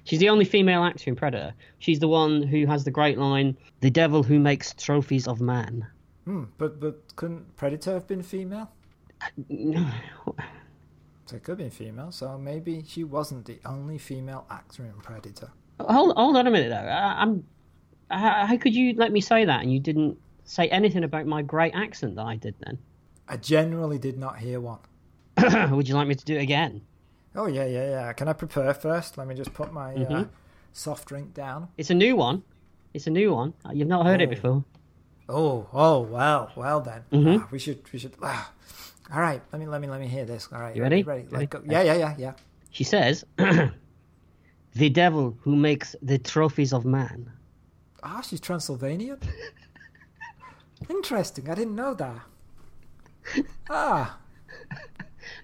Speaker 2: She's the only female actor in Predator. She's the one who has the great line, "The devil who makes trophies of man."
Speaker 1: Hmm, but, but couldn't Predator have been female? So it could have been female, so maybe she wasn't the only female actor in Predator.
Speaker 2: Hold, hold on a minute though. I, I'm. How, how could you let me say that and you didn't say anything about my great accent that I did then?
Speaker 1: I generally did not hear one.
Speaker 2: Would you like me to do it again?
Speaker 1: Oh yeah, yeah, yeah. Can I prepare first? Let me just put my
Speaker 2: Mm-hmm.
Speaker 1: uh, soft drink down.
Speaker 2: It's a new one. It's a new one. You've not heard it
Speaker 1: Oh.
Speaker 2: before.
Speaker 1: Oh, oh, well, well then.
Speaker 2: Mm-hmm.
Speaker 1: Ah, we should, we should. ah. All right, let me, let me, let me hear this. All right,
Speaker 2: You ready?
Speaker 1: Ready?
Speaker 2: Ready?
Speaker 1: Let go. Yeah, yeah, yeah, yeah.
Speaker 2: She says, "The devil who makes the trophies of man."
Speaker 1: Ah, she's Transylvanian. Interesting. I didn't know that. Ah,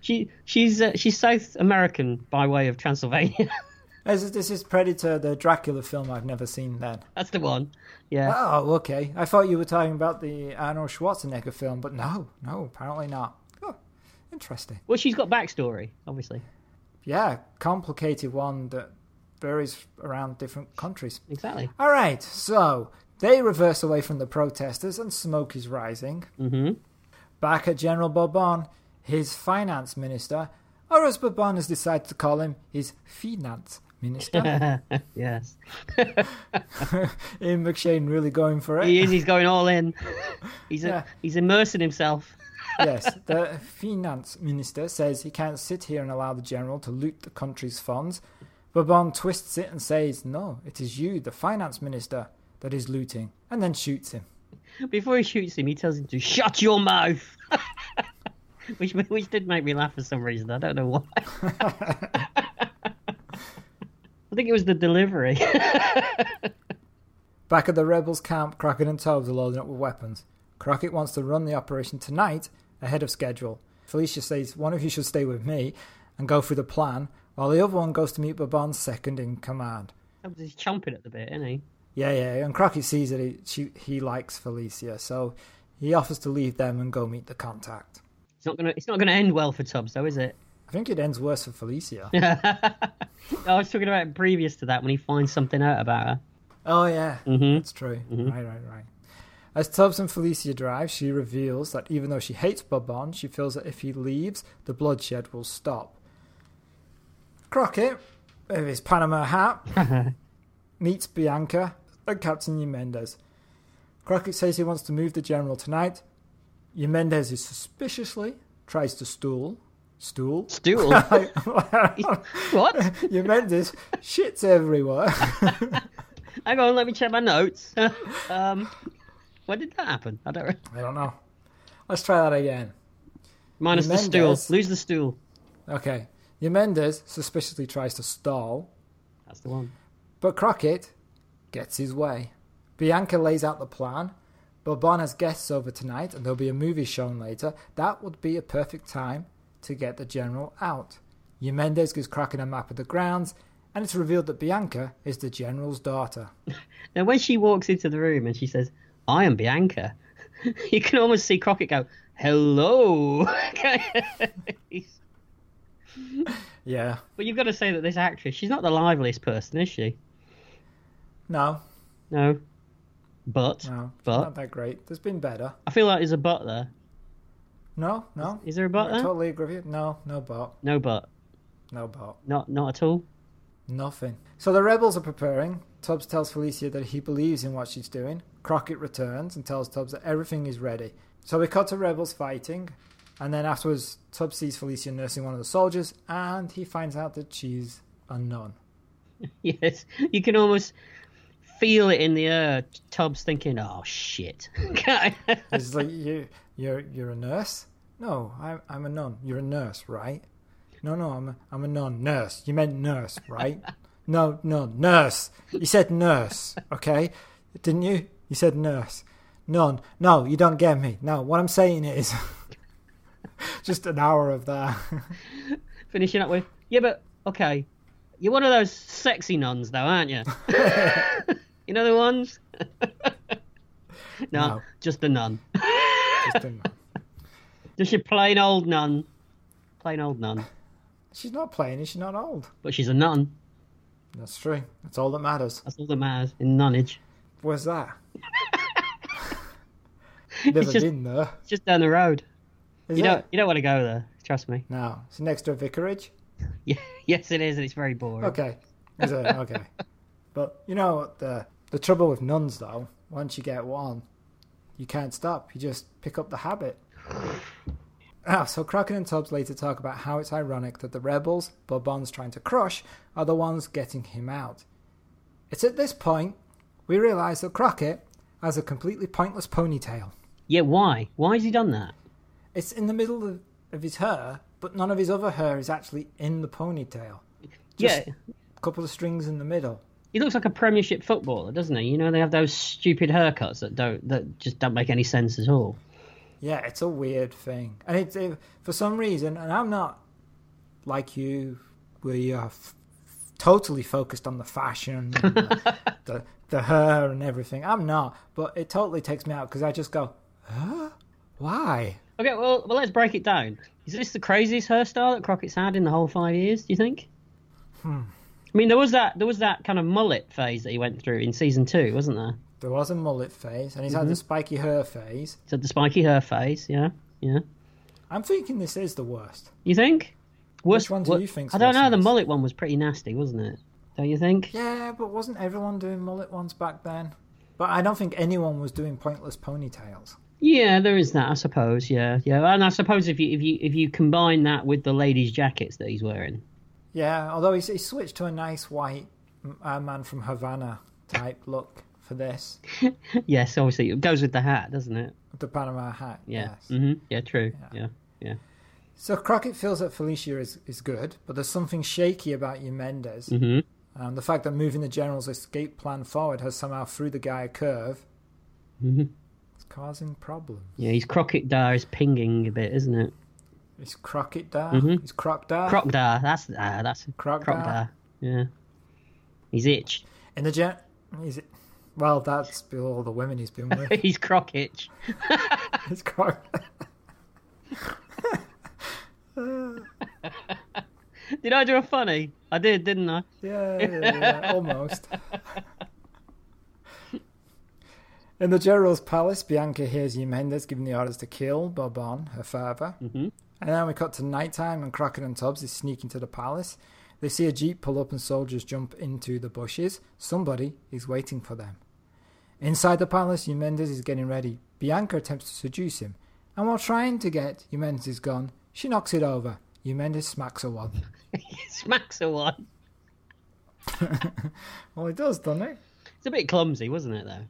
Speaker 2: She she's uh, she's South American by way of Transylvania.
Speaker 1: this is, this is Predator, the Dracula film I've never seen. Then.
Speaker 2: That's the one. Yeah.
Speaker 1: Oh, okay. I thought you were talking about the Arnold Schwarzenegger film, but no, no, apparently not. Oh, interesting.
Speaker 2: Well, she's got backstory, obviously.
Speaker 1: Yeah, complicated one that varies around different countries.
Speaker 2: Exactly.
Speaker 1: All right, so they reverse away from the protesters, and smoke is rising.
Speaker 2: hmm
Speaker 1: Back at General Bourbon, his finance minister, or as Bourbon has decided to call him, his finance minister.
Speaker 2: yes.
Speaker 1: Ian McShane really going for it.
Speaker 2: He is. He's going all in. He's
Speaker 1: Yeah.
Speaker 2: a, he's immersing himself.
Speaker 1: yes, the finance minister says he can't sit here and allow the general to loot the country's funds. Bourbon twists it and says, No, it is you, the finance minister, that is looting, and then shoots him.
Speaker 2: Before he shoots him, he tells him to shut your mouth. which which did make me laugh for some reason. I don't know why. I think it was the delivery.
Speaker 1: Back at the rebels' camp, Crockett and Tobbs are loading up with weapons. Crockett wants to run the operation tonight ahead of schedule. Felicia says one of you should stay with me and go through the plan, while the other one goes to meet Bourbon's second in command.
Speaker 2: he's chomping at the bit, isn't he?
Speaker 1: Yeah, yeah, and Crockett sees that he, she, he likes Felicia, so he offers to leave them and go meet the contact.
Speaker 2: It's not gonna it's not gonna end well for Tubbs, though, is it?
Speaker 1: I think it ends worse for Felicia.
Speaker 2: I was talking about previous to that when he finds something out about her.
Speaker 1: oh, yeah, that's true. Right, right, right. As Tubbs and Felicia drive, she reveals that even though she hates Bourbon, she feels that if he leaves, the bloodshed will stop. Crockett, with his Panama hat, meets Bianca and Captain Yemendez. Crockett says he wants to move the general tonight. Yemendez is suspiciously tries to stool. Stool?
Speaker 2: Stool. what?
Speaker 1: Yemendez shits everywhere.
Speaker 2: Hang on, let me check my notes. um, when did that happen? I don't. Re-
Speaker 1: I don't know. Let's try that again.
Speaker 2: Minus the stool.
Speaker 1: Mendes.
Speaker 2: Lose the stool.
Speaker 1: Okay. Yemendez suspiciously tries to stall,
Speaker 2: That's the one.
Speaker 1: but Crockett gets his way. Bianca lays out the plan. Bourbon has guests over tonight, and there'll be a movie shown later. That would be a perfect time to get the general out. Yemendez gives Crockett a map of the grounds, and it's revealed that Bianca is the general's daughter.
Speaker 2: Now, when she walks into the room and she says, "I am Bianca," you can almost see Crockett go, "Hello." He's-
Speaker 1: Yeah.
Speaker 2: but you've got to say that this actress, she's not the liveliest person, is she?
Speaker 1: No,
Speaker 2: No. But,
Speaker 1: no. it's
Speaker 2: but
Speaker 1: Not that great. There's been better.
Speaker 2: I feel like there's a but there.
Speaker 1: No, no.
Speaker 2: Is there a
Speaker 1: I
Speaker 2: but there?
Speaker 1: totally agree with you. No, no bot.
Speaker 2: No but.
Speaker 1: No bot.
Speaker 2: Not not at all.
Speaker 1: Nothing. So the rebels are preparing. Tubbs tells Felicia that he believes in what she's doing. Crockett returns and tells Tubbs that everything is ready. So we cut to rebels fighting, and then afterwards, Tubbs sees Felicia nursing one of the soldiers, and he finds out that she's a nun.
Speaker 2: Yes, you can almost feel it in the air. Tubbs thinking, "Oh shit."
Speaker 1: It's like you, you're you're a nurse. No, I'm I'm a nun. You're a nurse, right? No, no, I'm a, I'm a nun. Nurse. You meant nurse, right? no, no, nurse. You said nurse, okay? Didn't you? You said nurse. Nun. No, you don't get me. No, what I'm saying is just an hour of that.
Speaker 2: Finishing up with, "Yeah, but okay, you're one of those sexy nuns, though, aren't you? you know the ones." no,
Speaker 1: No.
Speaker 2: just a nun.
Speaker 1: Just a nun.
Speaker 2: Just your plain old nun. Plain old nun.
Speaker 1: She's not playing. She's not old.
Speaker 2: But she's a nun.
Speaker 1: That's true. That's all that matters.
Speaker 2: That's all that matters in nunnage.
Speaker 1: Where's that? Never
Speaker 2: just-
Speaker 1: been there.
Speaker 2: It's just down the road.
Speaker 1: Is
Speaker 2: you
Speaker 1: it?
Speaker 2: don't you don't want to go there. Trust me.
Speaker 1: No. It's next to a vicarage.
Speaker 2: Yeah, yes, it is, and it's very boring.
Speaker 1: Okay. Is it? Okay. But you know what the the trouble with nuns though, once you get one, you can't stop. You just pick up the habit. Ah, so Crockett and Tubbs later talk about how it's ironic that the rebels Bourbon's trying to crush are the ones getting him out. It's at this point we realise that Crockett has a completely pointless ponytail.
Speaker 2: Yeah, why? Why has he done that?
Speaker 1: It's in the middle of, of his hair, but none of his other hair is actually in the ponytail. Just
Speaker 2: yeah,
Speaker 1: a couple of strings in the middle.
Speaker 2: he looks like a Premiership footballer, doesn't he? You know, they have those stupid haircuts that don't that just don't make any sense at all.
Speaker 1: Yeah, it's a weird thing, and it's it, for some reason, and I'm not like you, where you're f- totally focused on the fashion, and the, the the hair, and everything. I'm not, but it totally takes me out because I just go, huh? Why?
Speaker 2: Okay, well, well, let's break it down. Is this the craziest hairstyle that Crockett's had in the whole five years? Do you think? Hmm. I mean, there was that there was that kind of mullet phase that he went through in season two, wasn't there?
Speaker 1: There was a mullet phase, and he's had the spiky hair phase.
Speaker 2: So the spiky hair phase, yeah, yeah.
Speaker 1: I'm thinking this is the worst.
Speaker 2: You think? Worst,
Speaker 1: one do
Speaker 2: wor-
Speaker 1: you think's
Speaker 2: I don't
Speaker 1: worse
Speaker 2: know.
Speaker 1: than
Speaker 2: The
Speaker 1: this?
Speaker 2: mullet one was pretty nasty, wasn't it? Don't you think?
Speaker 1: Yeah, but wasn't everyone doing mullet ones back then? But I don't think anyone was doing pointless ponytails.
Speaker 2: Yeah, there is that, I suppose. Yeah, yeah, and I suppose if you if you if you combine that with the ladies' jackets that he's wearing,
Speaker 1: Yeah, although he's, he switched to a nice white mm, uh, man from Havana type look for this,
Speaker 2: yes, obviously it goes with the hat, doesn't it?
Speaker 1: the Panama hat.
Speaker 2: Yeah.
Speaker 1: Yes.
Speaker 2: hmm Yeah. True. Yeah. Yeah.
Speaker 1: So Crockett feels that Felicia is, is good, but there's something shaky about you, Mendes.
Speaker 2: hmm
Speaker 1: Um, the fact that moving the general's escape plan forward has somehow threw the guy a curve.
Speaker 2: Mhm.
Speaker 1: It's causing problems.
Speaker 2: Yeah. He's Crockett Dar is pinging a bit, isn't it?
Speaker 1: Is Crockett there?
Speaker 2: Mhm.
Speaker 1: Is Croc there?
Speaker 2: Croc Dar. That's ah, that's
Speaker 1: Uh, Croc
Speaker 2: Croc
Speaker 1: Dar.
Speaker 2: Dar. Yeah. He's itched.
Speaker 1: In the gen, is it? Well, that's all the women he's been with.
Speaker 2: he's Croc itch.
Speaker 1: It's Croc.
Speaker 2: Did I do a funny? I did, didn't I?
Speaker 1: Yeah, yeah, yeah, almost. In the general's palace, Bianca hears Mendes giving the orders to kill Bourbon, her father. Mm-hmm. And then we cut to nighttime, and Crockett and Tubbs is sneaking to the palace. They see a jeep pull up, and soldiers jump into the bushes. Somebody is waiting for them. Inside the palace, Mendes is getting ready. Bianca attempts to seduce him, and while trying to get Mendes' gun, she knocks it over. Mendes smacks her one.
Speaker 2: Smacks a one.
Speaker 1: Well, he does, doesn't he?
Speaker 2: It's a bit clumsy, wasn't it though?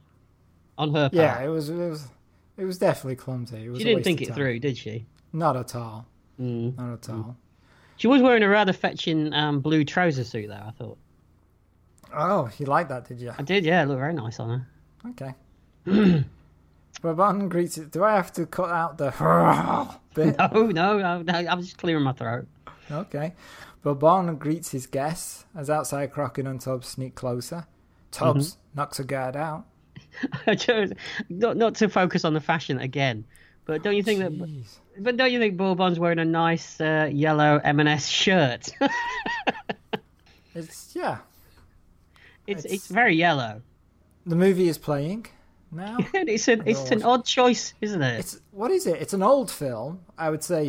Speaker 2: On her part.
Speaker 1: Yeah, it was it was it was definitely clumsy. It was
Speaker 2: She
Speaker 1: a
Speaker 2: Uh, didn't
Speaker 1: waste
Speaker 2: think
Speaker 1: of
Speaker 2: it
Speaker 1: time.
Speaker 2: through, did she?
Speaker 1: Not at all.
Speaker 2: Mm.
Speaker 1: Not at all.
Speaker 2: She was wearing a rather fetching um, blue trouser suit, though. I thought
Speaker 1: Oh, you liked that, did you?
Speaker 2: I did. Yeah, it looked very nice on her.
Speaker 1: Okay. Raban greets it. Do I have to cut out the bit?
Speaker 2: Oh no, no, no, I was just clearing my throat.
Speaker 1: Okay. Raban greets his guests as outside Crockett and Tubbs sneak closer. Tubbs
Speaker 2: Mm-hmm.
Speaker 1: knocks a guard out.
Speaker 2: I chose not not to focus on the fashion again, but don't you think that?
Speaker 1: Jeez.
Speaker 2: But don't you think Bourbon's wearing a nice uh, yellow M&S shirt?
Speaker 1: It's yeah.
Speaker 2: it's, it's
Speaker 1: It's-
Speaker 2: very yellow.
Speaker 1: The movie is playing now.
Speaker 2: it's an it's an odd choice, isn't it?
Speaker 1: It's what is it? It's an old film. I would say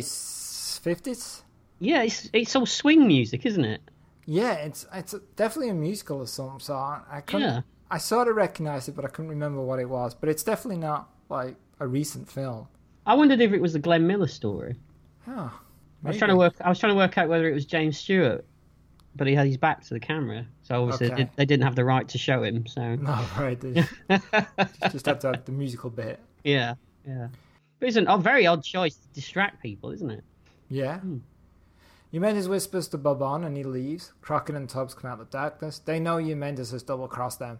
Speaker 1: fifties.
Speaker 2: yeah, it's it's all swing music, isn't it?
Speaker 1: Yeah, it's it's definitely a musical of some sort. I couldn't,
Speaker 2: Yeah.
Speaker 1: I sort of recognized it, but I couldn't remember what it was. But it's definitely not like a recent film.
Speaker 2: I wondered if it was the Glenn Miller story.
Speaker 1: Huh.
Speaker 2: I was trying to work. I was trying to work out whether it was James Stewart, but he had his back to the camera, so obviously
Speaker 1: Okay.
Speaker 2: they, did, they didn't have the right to show him. So
Speaker 1: No, right. They just have to have the musical bit.
Speaker 2: yeah, yeah. But it's an odd, very odd choice to distract people, isn't it?
Speaker 1: Yeah.
Speaker 2: Hmm.
Speaker 1: Eumendes whispers to Bobon and he leaves. Crockett and Tubbs come out of the darkness. They know Eumendes has double crossed them.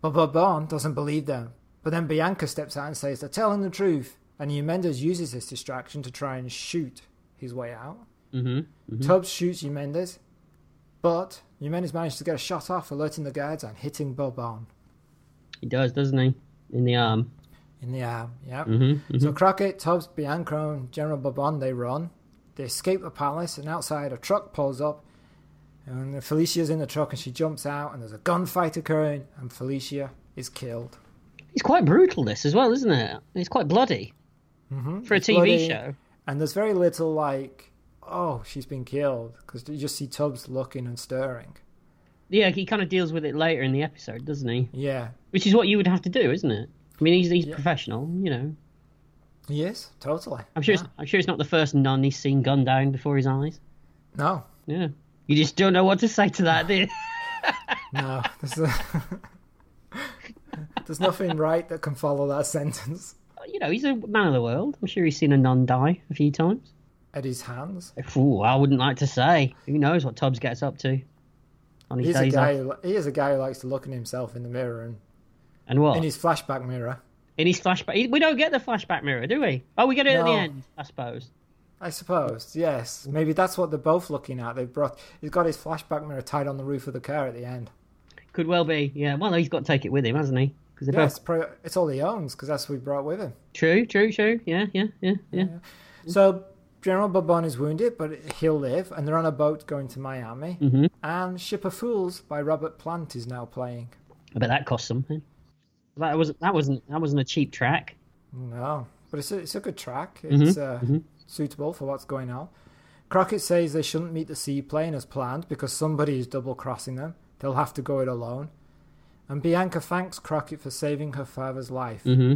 Speaker 1: But Bobon doesn't believe them. But then Bianca steps out and says they're telling the truth. And Eumendes uses this distraction to try and shoot his way out.
Speaker 2: Mm-hmm.
Speaker 1: Tubbs shoots Eumendes, but Eumendes manages to get a shot off, alerting the guards and hitting Bobon
Speaker 2: He does, doesn't he? In the arm.
Speaker 1: in the arm. Yeah.
Speaker 2: Mm-hmm.
Speaker 1: So Crockett, Tubbs, Bianco, and General Bobon they run. They escape the palace, and outside a truck pulls up. And Felicia's in the truck, and she jumps out, and there's a gunfight occurring, and Felicia is killed.
Speaker 2: It's quite brutal, this as well, isn't it? It's quite bloody
Speaker 1: Mm-hmm.
Speaker 2: for a TV
Speaker 1: bloody.
Speaker 2: show.
Speaker 1: And there's very little like, oh, she's been killed, because you just see Tubbs looking and stirring.
Speaker 2: Yeah, he kind of deals with it later in the episode, doesn't he?
Speaker 1: Yeah.
Speaker 2: Which is what you would have to do, isn't it? I mean, he's he's
Speaker 1: Yeah.
Speaker 2: professional, you know.
Speaker 1: Yes, totally.
Speaker 2: I'm sure
Speaker 1: Yeah.
Speaker 2: it's, I'm sure it's not the first nun he's seen gunned down before his eyes.
Speaker 1: No,
Speaker 2: Yeah. You just don't know what to say to that, do you?
Speaker 1: No, this is There's nothing right that can follow that sentence.
Speaker 2: You know, he's a man of the world. I'm sure he's seen a nun die a few times.
Speaker 1: Eddie's hands.
Speaker 2: Ooh, I wouldn't like to say. Who knows what Tubbs gets up to on his
Speaker 1: He's a
Speaker 2: days
Speaker 1: guy.
Speaker 2: off?
Speaker 1: Who, li- he is a guy who likes to look at himself in the mirror and
Speaker 2: And what?
Speaker 1: in his flashback mirror.
Speaker 2: flashback. he- We don't get the flashback mirror, do we? Oh, we get it at
Speaker 1: No.
Speaker 2: the end, I suppose.
Speaker 1: I suppose. Yes. Maybe that's what they're both looking at. They've brought. He's got his flashback mirror tied on the roof of the car at the end.
Speaker 2: Could well be. Yeah. Well, he's got to take it with him, hasn't he? Because they're
Speaker 1: Yeah,
Speaker 2: both
Speaker 1: it's, pro it's all he owns because that's what he brought with him.
Speaker 2: true, true, true. Yeah, yeah, yeah, yeah.
Speaker 1: So General Bourbon is wounded, but he'll live, and they're on a boat going to Miami. Mm-hmm. And Ship of Fools by Robert Plant is now playing.
Speaker 2: I bet that cost something. That wasn't. That wasn't. That wasn't a cheap track.
Speaker 1: No, but it's a, it's a good track. It's Uh, suitable for what's going on. Crockett says they shouldn't meet the seaplane as planned because somebody is double crossing them. They'll have to go it alone. And Bianca thanks Crockett for saving her father's life.
Speaker 2: Mm. Mm-hmm.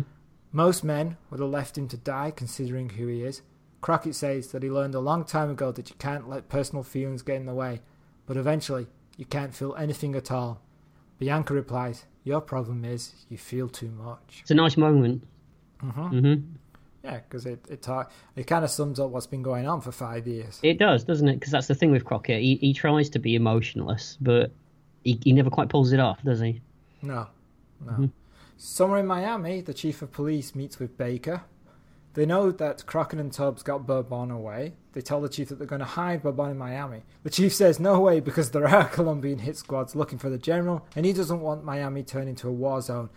Speaker 1: Most men would have left him to die considering who he is. Crockett says that he learned a long time ago that you can't let personal feelings get in the way, but eventually you can't feel anything at all. Bianca replies, Your problem is you feel too much. Mm-hmm.
Speaker 2: It's a nice moment. Mm-hmm.
Speaker 1: Yeah, because it it, ta- it kind of sums up what's been going on for five years.
Speaker 2: It does, doesn't it? Because that's the thing with Crockett. He, he tries to be emotionless, but he, he never quite pulls it off, does he?
Speaker 1: No, no. Somewhere in Miami, the chief of police meets with Baker. They know that Crockett and Tubbs got Bourbon away. They tell the chief that they're going to hide Bourbon in Miami. The chief says no way because there are Colombian hit squads looking for the general, and he doesn't want Miami turned into a war zone.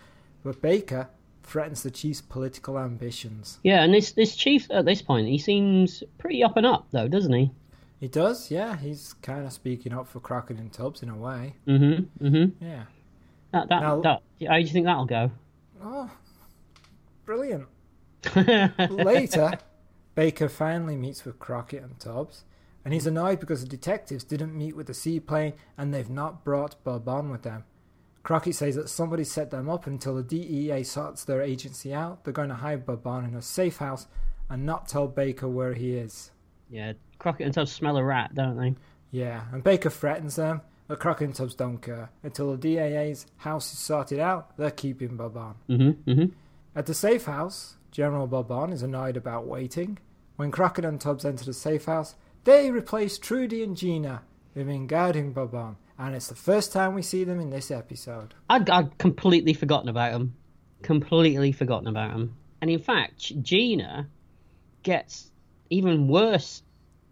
Speaker 1: But Baker threatens the chief's political ambitions.
Speaker 2: Yeah, and this this chief at this point, he seems pretty up and up though, doesn't he?
Speaker 1: He does, yeah. He's kind of speaking up for Crockett and Tubbs in a way.
Speaker 2: Mm-hmm. Mm-hmm.
Speaker 1: Yeah.
Speaker 2: That that,
Speaker 1: Now-
Speaker 2: that how do you think that'll go?
Speaker 1: Oh, brilliant. Later, Baker finally meets with Crockett and Tubbs, and he's annoyed because the detectives didn't meet with the seaplane and they've not brought Bourbon with them. Crockett says that somebody set them up until the DEA sorts their agency out. They're going to hide Bourbon in a safe house and not tell Baker where he is.
Speaker 2: yeah, Crockett and Tubbs smell a rat, don't they?
Speaker 1: Yeah, and Baker threatens them, but Crockett and Tubbs don't care. Until the DEA's house is sorted out, they're keeping Bourbon.
Speaker 2: Mm-hmm. Mm-hmm.
Speaker 1: At the safe house, General Bourbon is annoyed about waiting. When Crockett and Tubbs enter the safe house, they replace Trudy and Gina. They've been guarding Bourbon, and it's the first time we see them in this episode.
Speaker 2: I'd, I'd completely forgotten about him. Completely forgotten about him. And in fact, Gina gets even worse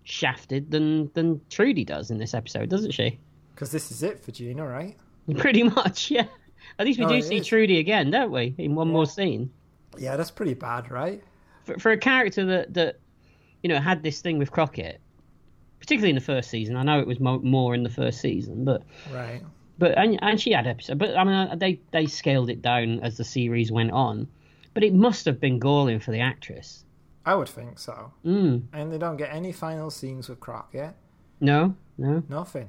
Speaker 2: shafted than than Trudy does in this episode, doesn't she?
Speaker 1: Because this is it for Gina, right?
Speaker 2: Pretty much, yeah. At least we
Speaker 1: No,
Speaker 2: do
Speaker 1: Oh, it
Speaker 2: see
Speaker 1: is.
Speaker 2: Trudy again, don't we? In one more scene.
Speaker 1: Yeah, that's pretty bad, right?
Speaker 2: For, for a character that, that, you know, had this thing with Crockett, particularly in the first season. I know it was mo- more in the first season, but
Speaker 1: Right.
Speaker 2: but and, and she had episode. But I mean, uh, they they scaled it down as the series went on. But it must have been galling for the actress.
Speaker 1: I would think so.
Speaker 2: Mm.
Speaker 1: And they don't get any final scenes with Crockett.
Speaker 2: No, no.
Speaker 1: Nothing.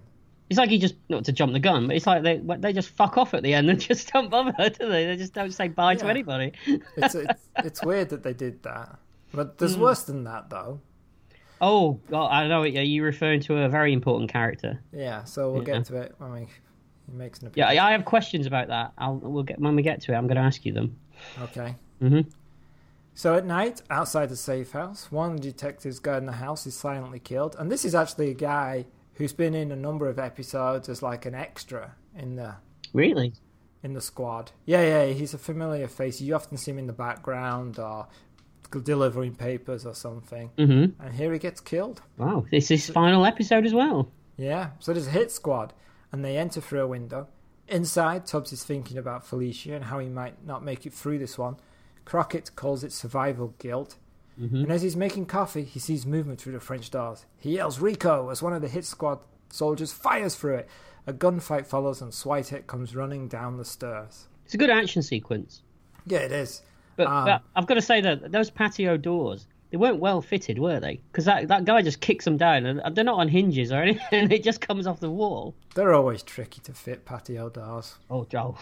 Speaker 2: It's like you just not to jump the gun, but it's like they they just fuck off at the end and just don't bother, do they? They just don't say bye to
Speaker 1: Yeah.
Speaker 2: anybody.
Speaker 1: It's, it's, it's weird that they did that. But there's worse than that, though.
Speaker 2: oh God, I know. Are you referring to a very important character?
Speaker 1: Yeah, so we'll
Speaker 2: Yeah.
Speaker 1: get to it when we, he makes an
Speaker 2: Yeah,
Speaker 1: appearance.
Speaker 2: I I have questions about that. I'll we'll get when we get to it. I'm going to ask you them.
Speaker 1: Okay.
Speaker 2: Mhm.
Speaker 1: So at night, outside the safe house, one of the detectives guarding the house is silently killed, and this is actually a guy who's been in a number of episodes as like an extra in the
Speaker 2: Really?
Speaker 1: in the squad. Yeah, yeah, he's a familiar face. You often see him in the background or delivering papers or something.
Speaker 2: hmm
Speaker 1: And here he gets killed.
Speaker 2: Wow, this is his final episode as well.
Speaker 1: Yeah, so there's a hit squad, and they enter through a window. Inside, Tubbs is thinking about Felicia and how he might not make it through this one. Crockett calls it survival guilt. And as he's making coffee, he sees movement through the French doors. He yells Rico as one of the hit squad soldiers fires through it. A gunfight follows, and Switek comes running down the stairs.
Speaker 2: It's a good action sequence.
Speaker 1: Yeah, it is.
Speaker 2: But,
Speaker 1: Um,
Speaker 2: but I've got to say that those patio doors, they weren't well fitted, were they? Because that, that guy just kicks them down, and they're not on hinges or anything. It just comes off the wall.
Speaker 1: They're always tricky to fit patio doors.
Speaker 2: Oh, Joe.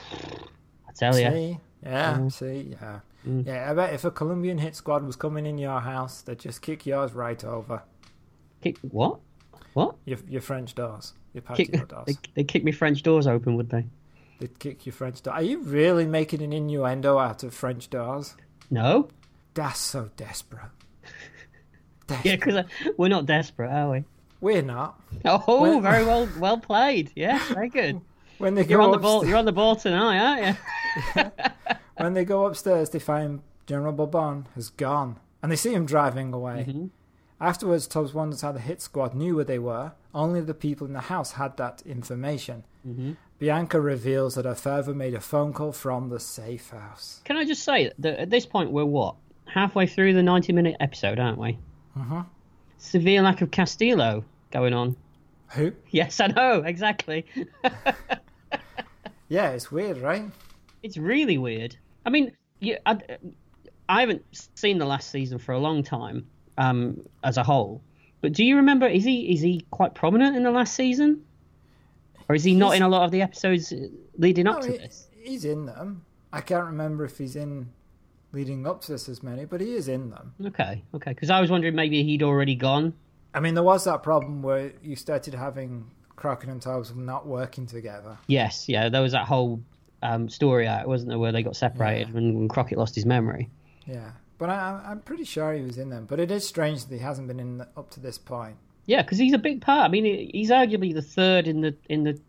Speaker 2: I tell you.
Speaker 1: See? Yeah,
Speaker 2: Mm.
Speaker 1: see, yeah. Yeah, I bet if a Colombian hit squad was coming in your house, they'd just kick yours right over.
Speaker 2: Kick, what? What?
Speaker 1: Your, your French doors, your
Speaker 2: Kick,
Speaker 1: patio
Speaker 2: they,
Speaker 1: doors.
Speaker 2: they kick me French doors open, would they?
Speaker 1: They'd kick your French door. Are you really making an innuendo out of French doors?
Speaker 2: No?
Speaker 1: That's so desperate.
Speaker 2: Yeah,
Speaker 1: desperate.
Speaker 2: because uh, we're not desperate, are we?
Speaker 1: We're not.
Speaker 2: Oh,
Speaker 1: Well-
Speaker 2: very well well played. Yeah, very good.
Speaker 1: When they
Speaker 2: You're
Speaker 1: go
Speaker 2: on the
Speaker 1: upstairs,
Speaker 2: ball. You're on the ball tonight, aren't you?
Speaker 1: when they go upstairs, they find General Bourbon has gone, and they see him driving away. Afterwards, Tubbs wonders how the hit squad knew where they were. Only the people in the house had that information. Bianca reveals that her father made a phone call from the safe house.
Speaker 2: Can I just say that at this point we're what halfway through the ninety-minute episode, aren't we?
Speaker 1: Mhm.
Speaker 2: Severe lack of Castillo going on.
Speaker 1: Who?
Speaker 2: Yes, I know exactly.
Speaker 1: Yeah, it's weird, right?
Speaker 2: It's really weird. I mean, you, I, I haven't seen the last season for a long time, um, as a whole. But do you remember? Is he is he quite prominent in the last season, or is he not in a lot of the episodes leading up
Speaker 1: No,
Speaker 2: to
Speaker 1: Oh, he-
Speaker 2: this?
Speaker 1: he's in them. I can't remember if he's in leading up to this as many, but he is in them.
Speaker 2: Okay, okay. Because I was wondering maybe he'd already gone.
Speaker 1: I mean, there was that problem where you started having Crockett and Tubbs not working together.
Speaker 2: Yes, yeah. There was that whole um, story out, wasn't there, where they got separated and, and Crockett lost his memory.
Speaker 1: Yeah, but I, I'm- I'm pretty sure he was in them. But it is strange that he hasn't been in the, up to this point.
Speaker 2: Yeah, because he's a big part. I mean, he- he's arguably the third in the in the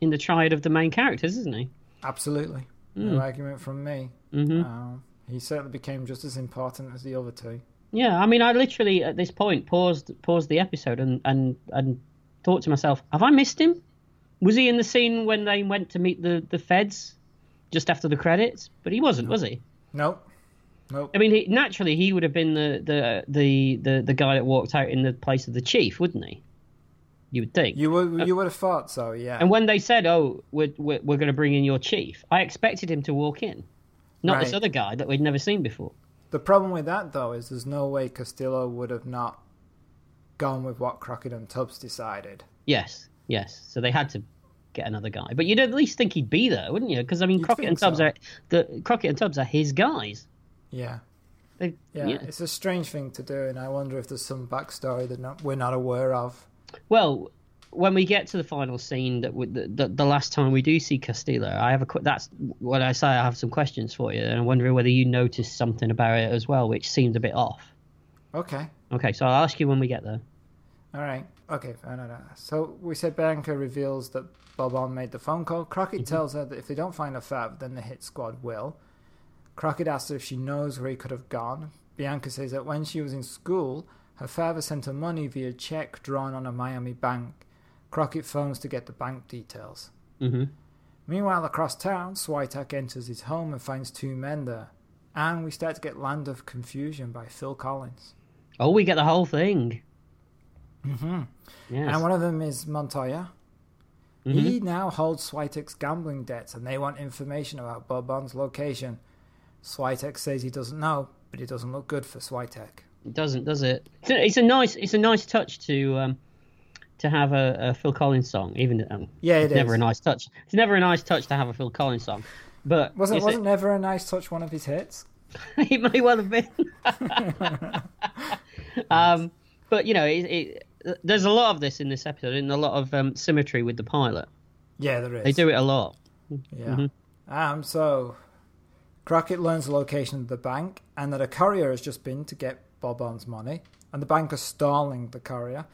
Speaker 2: in the triad of the main characters, isn't he?
Speaker 1: Absolutely, no argument from me.
Speaker 2: hmm
Speaker 1: Um, he certainly became just as important as the other two.
Speaker 2: Yeah, I mean, I literally at this point paused paused the episode and and and thought to myself, have I missed him? Was he in the scene when they went to meet the the feds just after the credits? But he wasn't, was he?
Speaker 1: Nope, nope.
Speaker 2: I mean, he, naturally he would have been the, the the the the guy that walked out in the place of the chief, wouldn't he? You would think.
Speaker 1: You would you would have thought so, yeah.
Speaker 2: And when they said, "Oh, we're we're, we're going to bring in your chief," I expected him to walk in, not this
Speaker 1: Right.
Speaker 2: other guy that we'd never seen before.
Speaker 1: The problem with that though is there's no way Castillo would have not gone with what Crockett and Tubbs decided.
Speaker 2: Yes, yes. So they had to get another guy, but you'd at least think he'd be there, wouldn't you? Because I mean,
Speaker 1: You'd
Speaker 2: Crockett and
Speaker 1: think
Speaker 2: Tubbs
Speaker 1: so.
Speaker 2: are the Crockett and Tubbs are his guys.
Speaker 1: Yeah.
Speaker 2: They,
Speaker 1: yeah,
Speaker 2: yeah.
Speaker 1: It's a strange thing to do, and I wonder if there's some backstory that not, we're not aware of.
Speaker 2: Well, when we get to the final scene, that we, the, the the last time we do see Castillo, I have a que- that's what I say. I have some questions for you, and I'm wondering whether you noticed something about it as well, which seemed a bit off.
Speaker 1: Okay.
Speaker 2: Okay, so I'll ask you when we get there.
Speaker 1: All right. Okay. Fair enough. So we said Bianca reveals that Bobon made the phone call. Crockett tells her that if they don't find her fab, then the hit squad will. Crockett asks her if she knows where he could have gone. Bianca says that when she was in school, her father sent her money via check drawn on a Miami bank. Crockett phones to get the bank details.
Speaker 2: hmm
Speaker 1: Meanwhile, across town, Switek enters his home and finds two men there. And we start to get Land of Confusion by Phil Collins.
Speaker 2: Oh, we get the whole thing. Mm-hmm. Yes. Mm-hmm.
Speaker 1: And one of them is Montoya. He now holds Switek's gambling debts and they want information about Bourbon's location. Switek says he doesn't know, but it doesn't look good for Switek.
Speaker 2: It doesn't, does it? It's a, it's a nice, it's a nice touch to um, to have a, a Phil Collins song. Even um,
Speaker 1: Yeah, it
Speaker 2: it's never
Speaker 1: is.
Speaker 2: a nice touch. It's never a nice touch to have a Phil Collins song, but
Speaker 1: Wasn't
Speaker 2: it's-
Speaker 1: wasn't never a nice touch one of his hits?
Speaker 2: it may well have been. um, but you know, it, it, there's a lot of this in this episode, and a lot of um, symmetry with the pilot.
Speaker 1: Yeah, there is.
Speaker 2: They do it a lot.
Speaker 1: Yeah. Um. So, Crockett learns the location of the bank and that a courier has just been to get Bobon's money, and the bank are stalling the courier.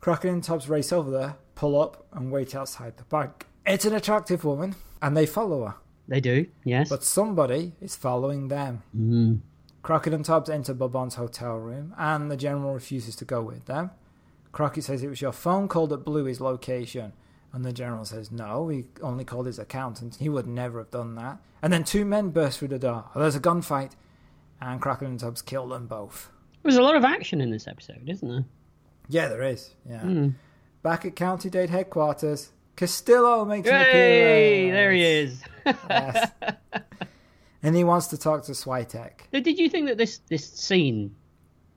Speaker 1: Crockett and Tubbs race over there, pull up, and wait outside the bank. It's an attractive woman, and they follow her,
Speaker 2: They do, yes.
Speaker 1: but somebody is following them.
Speaker 2: Mm.
Speaker 1: Crockett and Tubbs enter Bobon's hotel room, and the general refuses to go with them. Crockett says it was your phone call that blew his location, and the general says no, he only called his accountant. He would never have done that. And then two men burst through the door. Oh, there's a gunfight, and Crockett and Tubbs kill them both.
Speaker 2: There's a lot of action in this episode, isn't there?
Speaker 1: Yeah, there is. Yeah. Hmm. Back at County Dade headquarters, Castillo makes an
Speaker 2: Hey,
Speaker 1: appearance.
Speaker 2: there he is.
Speaker 1: Yes. and he wants to talk to Switek.
Speaker 2: Now, Did you think that this this scene?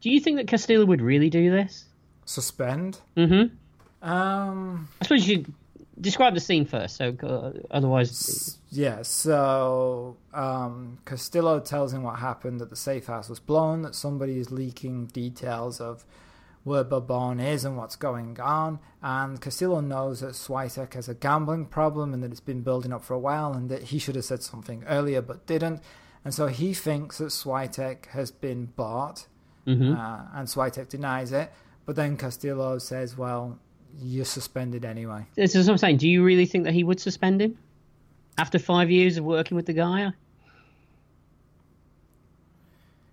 Speaker 2: Do you think that Castillo would really do this?
Speaker 1: Suspend.
Speaker 2: Mm-hmm.
Speaker 1: Um.
Speaker 2: I suppose you should describe the scene first, so uh, otherwise,
Speaker 1: Yeah, so um, Castillo tells him what happened that the safe house was blown, that somebody is leaking details of where Bourbon is and what's going on. And Castillo knows that Switek has a gambling problem and that it's been building up for a while and that he should have said something earlier but didn't. And so he thinks that Switek has been bought uh, and Switek denies it. But then Castillo says, well, you're suspended anyway.
Speaker 2: This is what I'm saying. Do you really think that he would suspend him after five years of working with the guy?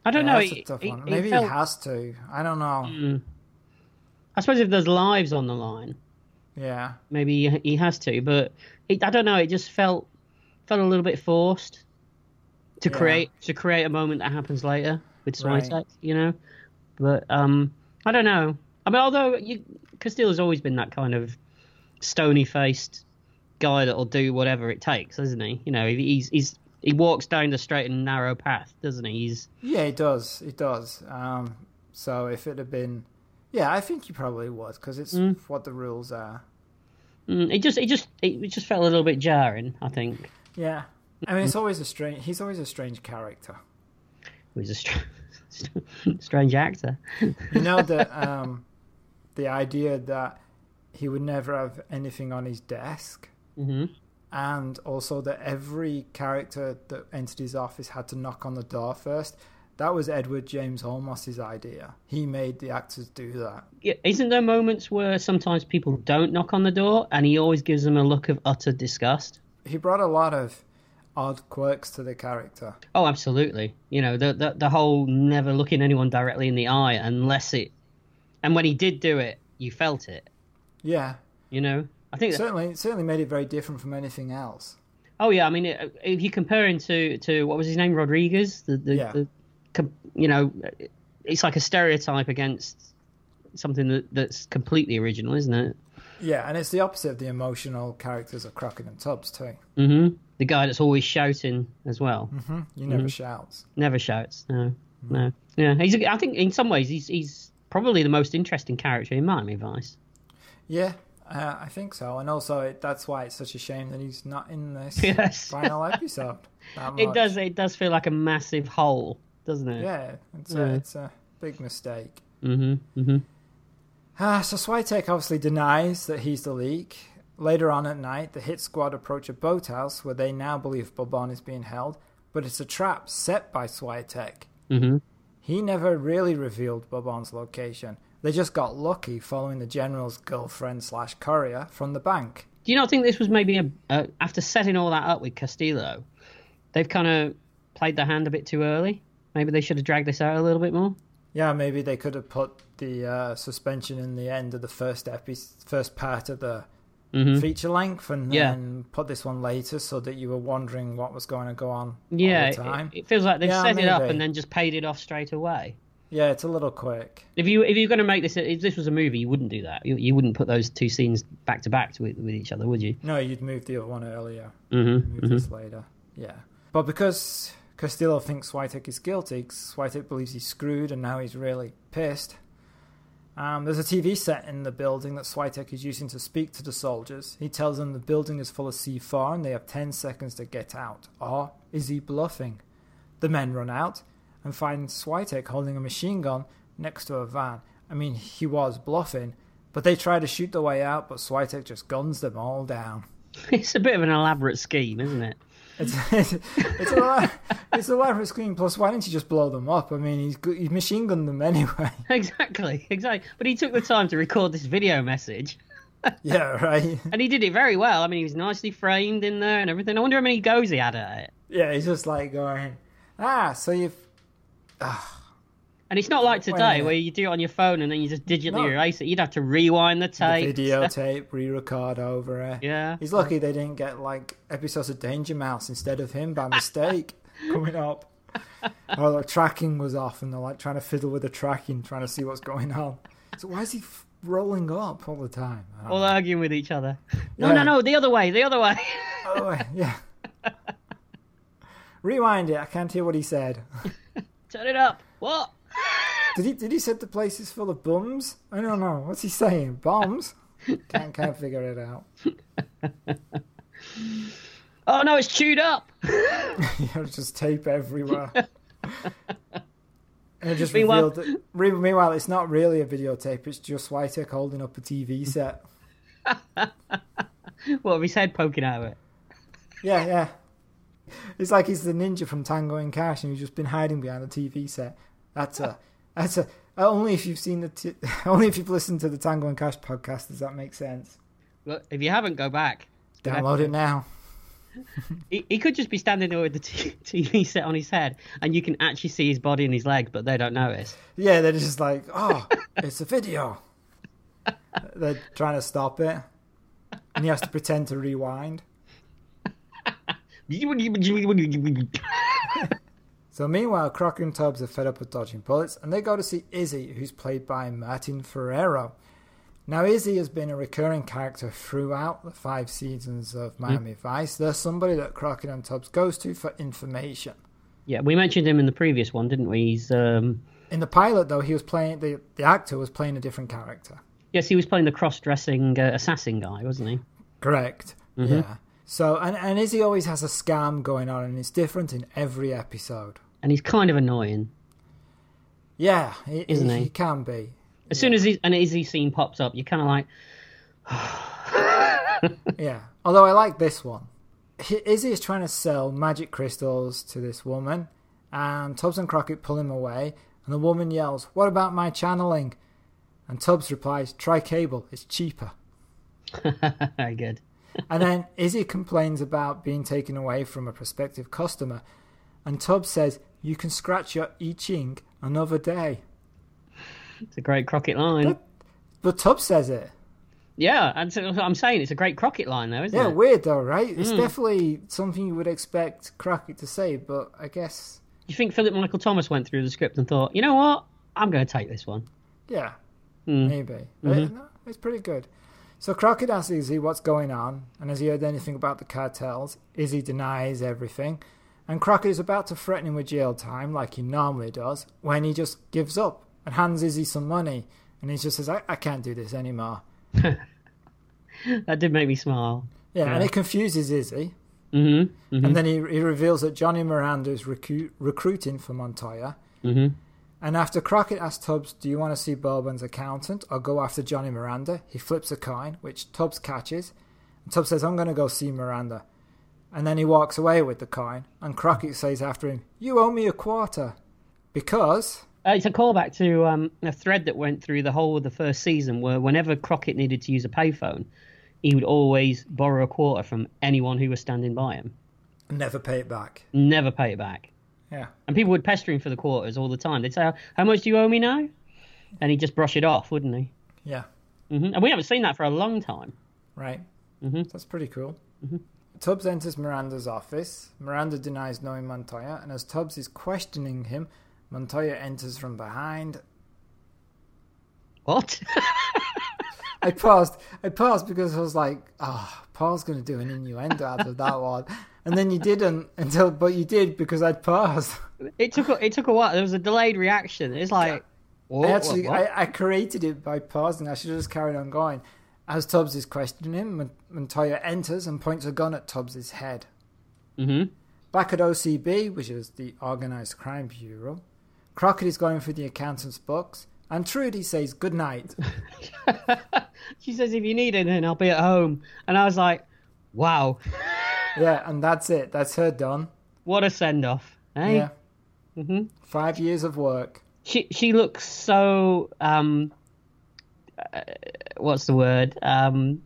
Speaker 2: I don't
Speaker 1: Yeah,
Speaker 2: know.
Speaker 1: that's
Speaker 2: It-
Speaker 1: a tough
Speaker 2: it-
Speaker 1: one.
Speaker 2: it
Speaker 1: Maybe
Speaker 2: felt-
Speaker 1: he Mm. has to. I don't know.
Speaker 2: I suppose if there's lives on the line,
Speaker 1: Yeah.
Speaker 2: maybe he- he has to. But it, I don't know. It just felt felt a little bit forced to
Speaker 1: Yeah.
Speaker 2: create to create a moment that happens later with
Speaker 1: Right.
Speaker 2: Switek, you know. But um, I don't know. I mean, although you, Castillo's always been that kind of stony faced guy that'll do whatever it takes, isn't he? You know, he's he's he walks down the straight and narrow path, doesn't he? He's
Speaker 1: Yeah, it does. It does. Um, so if it had been, yeah, I think he probably was because it's what the rules are.
Speaker 2: mm, it just it just it just felt a little bit jarring. I think it
Speaker 1: Yeah, I mean, it's always a strange. He's always a strange character.
Speaker 2: was a str- strange actor.
Speaker 1: You know that um, the idea that he would never have anything on his desk,
Speaker 2: hmm
Speaker 1: Mm-hmm. and also that every character that entered his office had to knock on the door first. That was Edward James Olmos's idea. He made the actors do that.
Speaker 2: Yeah, isn't there moments where sometimes people don't knock on the door and he always gives them a look of utter disgust?
Speaker 1: He brought a lot of odd quirks to the character.
Speaker 2: Oh, absolutely. You know, the the, the whole never looking anyone directly in the eye unless it and when he did do it, you felt it,
Speaker 1: Yeah,
Speaker 2: you know? I think
Speaker 1: certainly it certainly made it very different from anything else.
Speaker 2: Oh yeah, I mean it, if you compare him to to what was his name Rodriguez, the the,
Speaker 1: Yeah.
Speaker 2: the com, you know, it's like a stereotype against something that that's completely original, isn't it?
Speaker 1: Yeah, and it's the opposite of the emotional characters of Crockett and Tubbs too.
Speaker 2: Mhm. The guy that's always shouting as well.
Speaker 1: You
Speaker 2: Mm-hmm.
Speaker 1: never shouts.
Speaker 2: Never shouts. No,
Speaker 1: Hmm.
Speaker 2: no. Yeah, he's. a- I think in some ways he's he's probably the most interesting character in Miami Vice.
Speaker 1: Yeah, uh, I think so. And also it, that's why it's such a shame that he's not in this
Speaker 2: Yes.
Speaker 1: final episode. that
Speaker 2: It
Speaker 1: much.
Speaker 2: does. It does feel like a massive hole, doesn't it?
Speaker 1: Yeah, it's a,
Speaker 2: Yeah.
Speaker 1: it's a big mistake.
Speaker 2: Mm-hmm. Mm-hmm.
Speaker 1: Ah, so Switek obviously denies that he's the leak. Later on at night, the hit squad approach a boathouse where they now believe Bobon is being held, but it's a trap set by Switek.
Speaker 2: Mm-hmm.
Speaker 1: He never really revealed Bobon's location. They just got lucky following the general's girlfriend slash courier from the bank.
Speaker 2: Do you not think this was maybe a, a after setting all that up with Castillo, they've kind of played their hand a bit too early. Maybe they should have dragged this out a little bit more.
Speaker 1: Yeah, maybe they could have put the uh, suspension in the end of the first epi- first part of the feature length, and
Speaker 2: Mm-hmm. Yeah.
Speaker 1: then put this one later so that you were wondering what was going to go on
Speaker 2: Yeah,
Speaker 1: all
Speaker 2: it,
Speaker 1: the time.
Speaker 2: it feels like they've
Speaker 1: Yeah,
Speaker 2: set it up
Speaker 1: maybe.
Speaker 2: and then just paid it off straight away.
Speaker 1: yeah, it's a little quick.
Speaker 2: If you if you're going to make this if this was a movie, you wouldn't do that. You, you wouldn't put those two scenes back to back with with each other, would you?
Speaker 1: No, you'd move the other one earlier.
Speaker 2: Mm-hmm.
Speaker 1: Move this later. Yeah. But because Castillo thinks Switek is guilty, Switek believes he's screwed and now he's really pissed. Um, there's a TV set in the building that Switek is using to speak to the soldiers. He tells them the building is full of C4 and they have 10 seconds to get out. Or is he bluffing? The men run out and find Switek holding a machine gun next to a van. I mean, he was bluffing, but they try to shoot their way out, but Switek just guns them all down.
Speaker 2: It's a bit of an elaborate scheme, isn't it?
Speaker 1: It's it's, it's a lot. It's a lot for screen. Plus, why didn't you just blow them up? I mean, he's go- he's machine gunned them anyway.
Speaker 2: Exactly, exactly. But he took the time to record this video message,
Speaker 1: yeah, right.
Speaker 2: and he did it very well. I mean, he was nicely framed in there and everything. I wonder how many goes he had at it.
Speaker 1: Yeah, he's just like going, ah. So you've
Speaker 2: And it's not like
Speaker 1: Wait a
Speaker 2: today
Speaker 1: minute.
Speaker 2: where you do it on your phone and then you just digitally
Speaker 1: No.
Speaker 2: erase it. You'd have to rewind the
Speaker 1: the
Speaker 2: tape.
Speaker 1: videotape, re-record over it.
Speaker 2: Yeah.
Speaker 1: He's lucky they didn't get like episodes of Danger Mouse instead of him by mistake coming up. Or the tracking was off, and they're like trying to fiddle with the tracking, trying to see what's going on. So why is he f- rolling up all the time? I don't
Speaker 2: All arguing with each other. No,
Speaker 1: Yeah.
Speaker 2: no, no, the other way, the other way.
Speaker 1: know. Oh, yeah. Rewind it. I can't hear what he said.
Speaker 2: Turn it up. What?
Speaker 1: Did he did he said the place is full of bums? I don't know. What's he saying? Bombs? Can't can't figure it out.
Speaker 2: Oh no, it's chewed up.
Speaker 1: There's just tape everywhere. And it just
Speaker 2: Meanwhile-
Speaker 1: revealed that, re- meanwhile, it's not really a videotape, it's just Switek holding up a TV set.
Speaker 2: What with his head poking out of it?
Speaker 1: Yeah, yeah. It's like he's the ninja from Tango and Cash, and he's just been hiding behind a TV set. That's a, that's a. Only if you've seen the, t- only if you've listened to the Tango and Cash podcast does that make sense.
Speaker 2: Look, if you haven't, go back.
Speaker 1: Download it now.
Speaker 2: He, he could just be standing there with the t- TV set on his head, and you can actually see his body and his leg, but they don't notice.
Speaker 1: Yeah, they're just like, oh, it's a video. They're trying to stop it, and he has to pretend to rewind. So meanwhile, Crocker and Tubbs are fed up with dodging bullets, and they go to see Izzy, who's played by Martin Ferrero. Now, Izzy has been a recurring character throughout the five seasons
Speaker 2: Hmm.
Speaker 1: of Miami Vice. They're somebody that Crocker and Tubbs goes to for information.
Speaker 2: yeah, we mentioned him in the previous one, didn't we? He's um,
Speaker 1: In the pilot, though, he was playing the, the actor was playing a different character.
Speaker 2: yes, he was playing the cross-dressing uh, assassin guy, wasn't he?
Speaker 1: Correct.
Speaker 2: Mm-hmm.
Speaker 1: Yeah. So, and, and Izzy always has a scam going on, and it's different in every episode.
Speaker 2: And he's kind of annoying.
Speaker 1: Yeah, he,
Speaker 2: Isn't he?
Speaker 1: he can be.
Speaker 2: As soon as he's, an easy scene pops up, you're kind of like,
Speaker 1: Yeah. Although I like this one. He- Izzy is trying to sell magic crystals to this woman, and Tubbs and Crockett pull him away, and the woman yells, What about my channeling? And Tubbs replies, Try cable, it's cheaper.
Speaker 2: very good.
Speaker 1: And then Izzy complains about being taken away from a prospective customer, and Tubbs says, You can scratch your I Ching another day.
Speaker 2: It's a great Crockett line.
Speaker 1: But Tubbs says it.
Speaker 2: yeah, and so I'm saying it's a great Crockett line, though, isn't
Speaker 1: Yeah,
Speaker 2: it?
Speaker 1: weird though, right? It's definitely something you would expect Crockett to say, but I guess,
Speaker 2: You think Philip Michael Thomas went through the script and thought, you know what? I'm going to take this one.
Speaker 1: yeah,
Speaker 2: Hmm.
Speaker 1: Maybe. But it- no, it's pretty good. So Crockett asks Izzy what's going on, and has he heard anything about the cartels? Izzy denies everything, and Crockett is about to threaten him with jail time, like he normally does, when he just gives up and hands Izzy some money, and he just says, I, I can't do this anymore.
Speaker 2: That did make me smile.
Speaker 1: Yeah, and it confuses Izzy,
Speaker 2: hmm
Speaker 1: and then he, he reveals that Johnny Miranda is recu- recruiting for Montoya.
Speaker 2: hmm
Speaker 1: And after Crockett asks Tubbs, Do you want to see Bourbon's accountant or go after Johnny Miranda? He flips a coin, which Tubbs catches. And Tubbs says, I'm going to go see Miranda. And then he walks away with the coin. And Crockett says after him, You owe me a quarter. Because.
Speaker 2: Uh, it's a callback to um, a thread that went through the whole of the first season, where whenever Crockett needed to use a payphone, he would always borrow a quarter from anyone who was standing by him,
Speaker 1: Never pay it back.
Speaker 2: never pay it back.
Speaker 1: Yeah.
Speaker 2: And people would pester him for the quarters all the time. They'd say, "Oh, "How much do you owe me now?" And he'd just brush it off, wouldn't he?
Speaker 1: Yeah.
Speaker 2: hmm And we haven't seen that for a long time.
Speaker 1: Right. That's pretty cool. Tubbs enters Miranda's office. Miranda denies knowing Montoya, and as Tubbs is questioning him, Montoya enters from behind
Speaker 2: What?
Speaker 1: I paused. I paused because I was like, "Ah, Paul's going to do an innuendo out of that one," and then you didn't until, but you did because I'd paused.
Speaker 2: it took a, it took a while. There was a delayed reaction. It's like,
Speaker 1: I
Speaker 2: what?
Speaker 1: actually,
Speaker 2: What?
Speaker 1: I, I created it by pausing. I should have just carried on going. As Tubbs is questioning him, Mon- Montoya enters and points a gun at Tubbs's head.
Speaker 2: Mhm.
Speaker 1: Back at OCB, which is the Organized Crime Bureau, Crockett is going through the accountant's books, and Trudy says good night.
Speaker 2: She says, "If you need anything, I'll be at home." And I was like, "Wow,
Speaker 1: yeah, and that's it. That's her done.
Speaker 2: what a send off!" Eh?
Speaker 1: Yeah.
Speaker 2: Mm-hmm.
Speaker 1: Five years of work.
Speaker 2: She she looks so um, uh, what's the word? Um,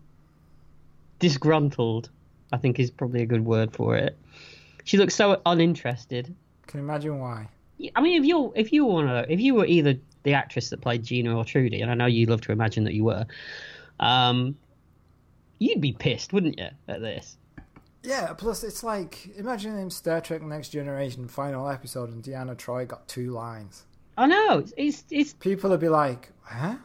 Speaker 2: disgruntled. I think is probably a good word for it. She looks so uninterested.
Speaker 1: Can imagine why.
Speaker 2: I mean, if you if you wanna if you were either the actress that played Gina or Trudy, and I know you love to imagine that you were, um, you'd be pissed, wouldn't you, at this?
Speaker 1: Yeah, plus it's like imagine in Star Trek Next Generation final episode and Deanna Troy got two lines.
Speaker 2: I know it's it's, it's
Speaker 1: People would be like, Huh?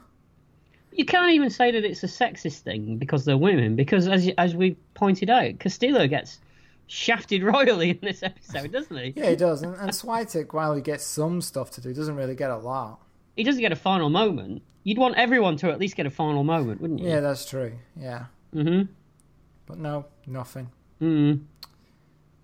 Speaker 2: you can't even say that it's a sexist thing because they're women because as as we pointed out, Castillo gets shafted royally in this episode, doesn't he?
Speaker 1: Yeah, he does. And, and Switek, while he gets some stuff to do, doesn't really get a lot.
Speaker 2: He doesn't get a final moment. You'd want everyone to at least get a final moment, wouldn't you?
Speaker 1: Yeah, that's true. Yeah.
Speaker 2: Mhm.
Speaker 1: But no, nothing.
Speaker 2: Mm. Mm-hmm.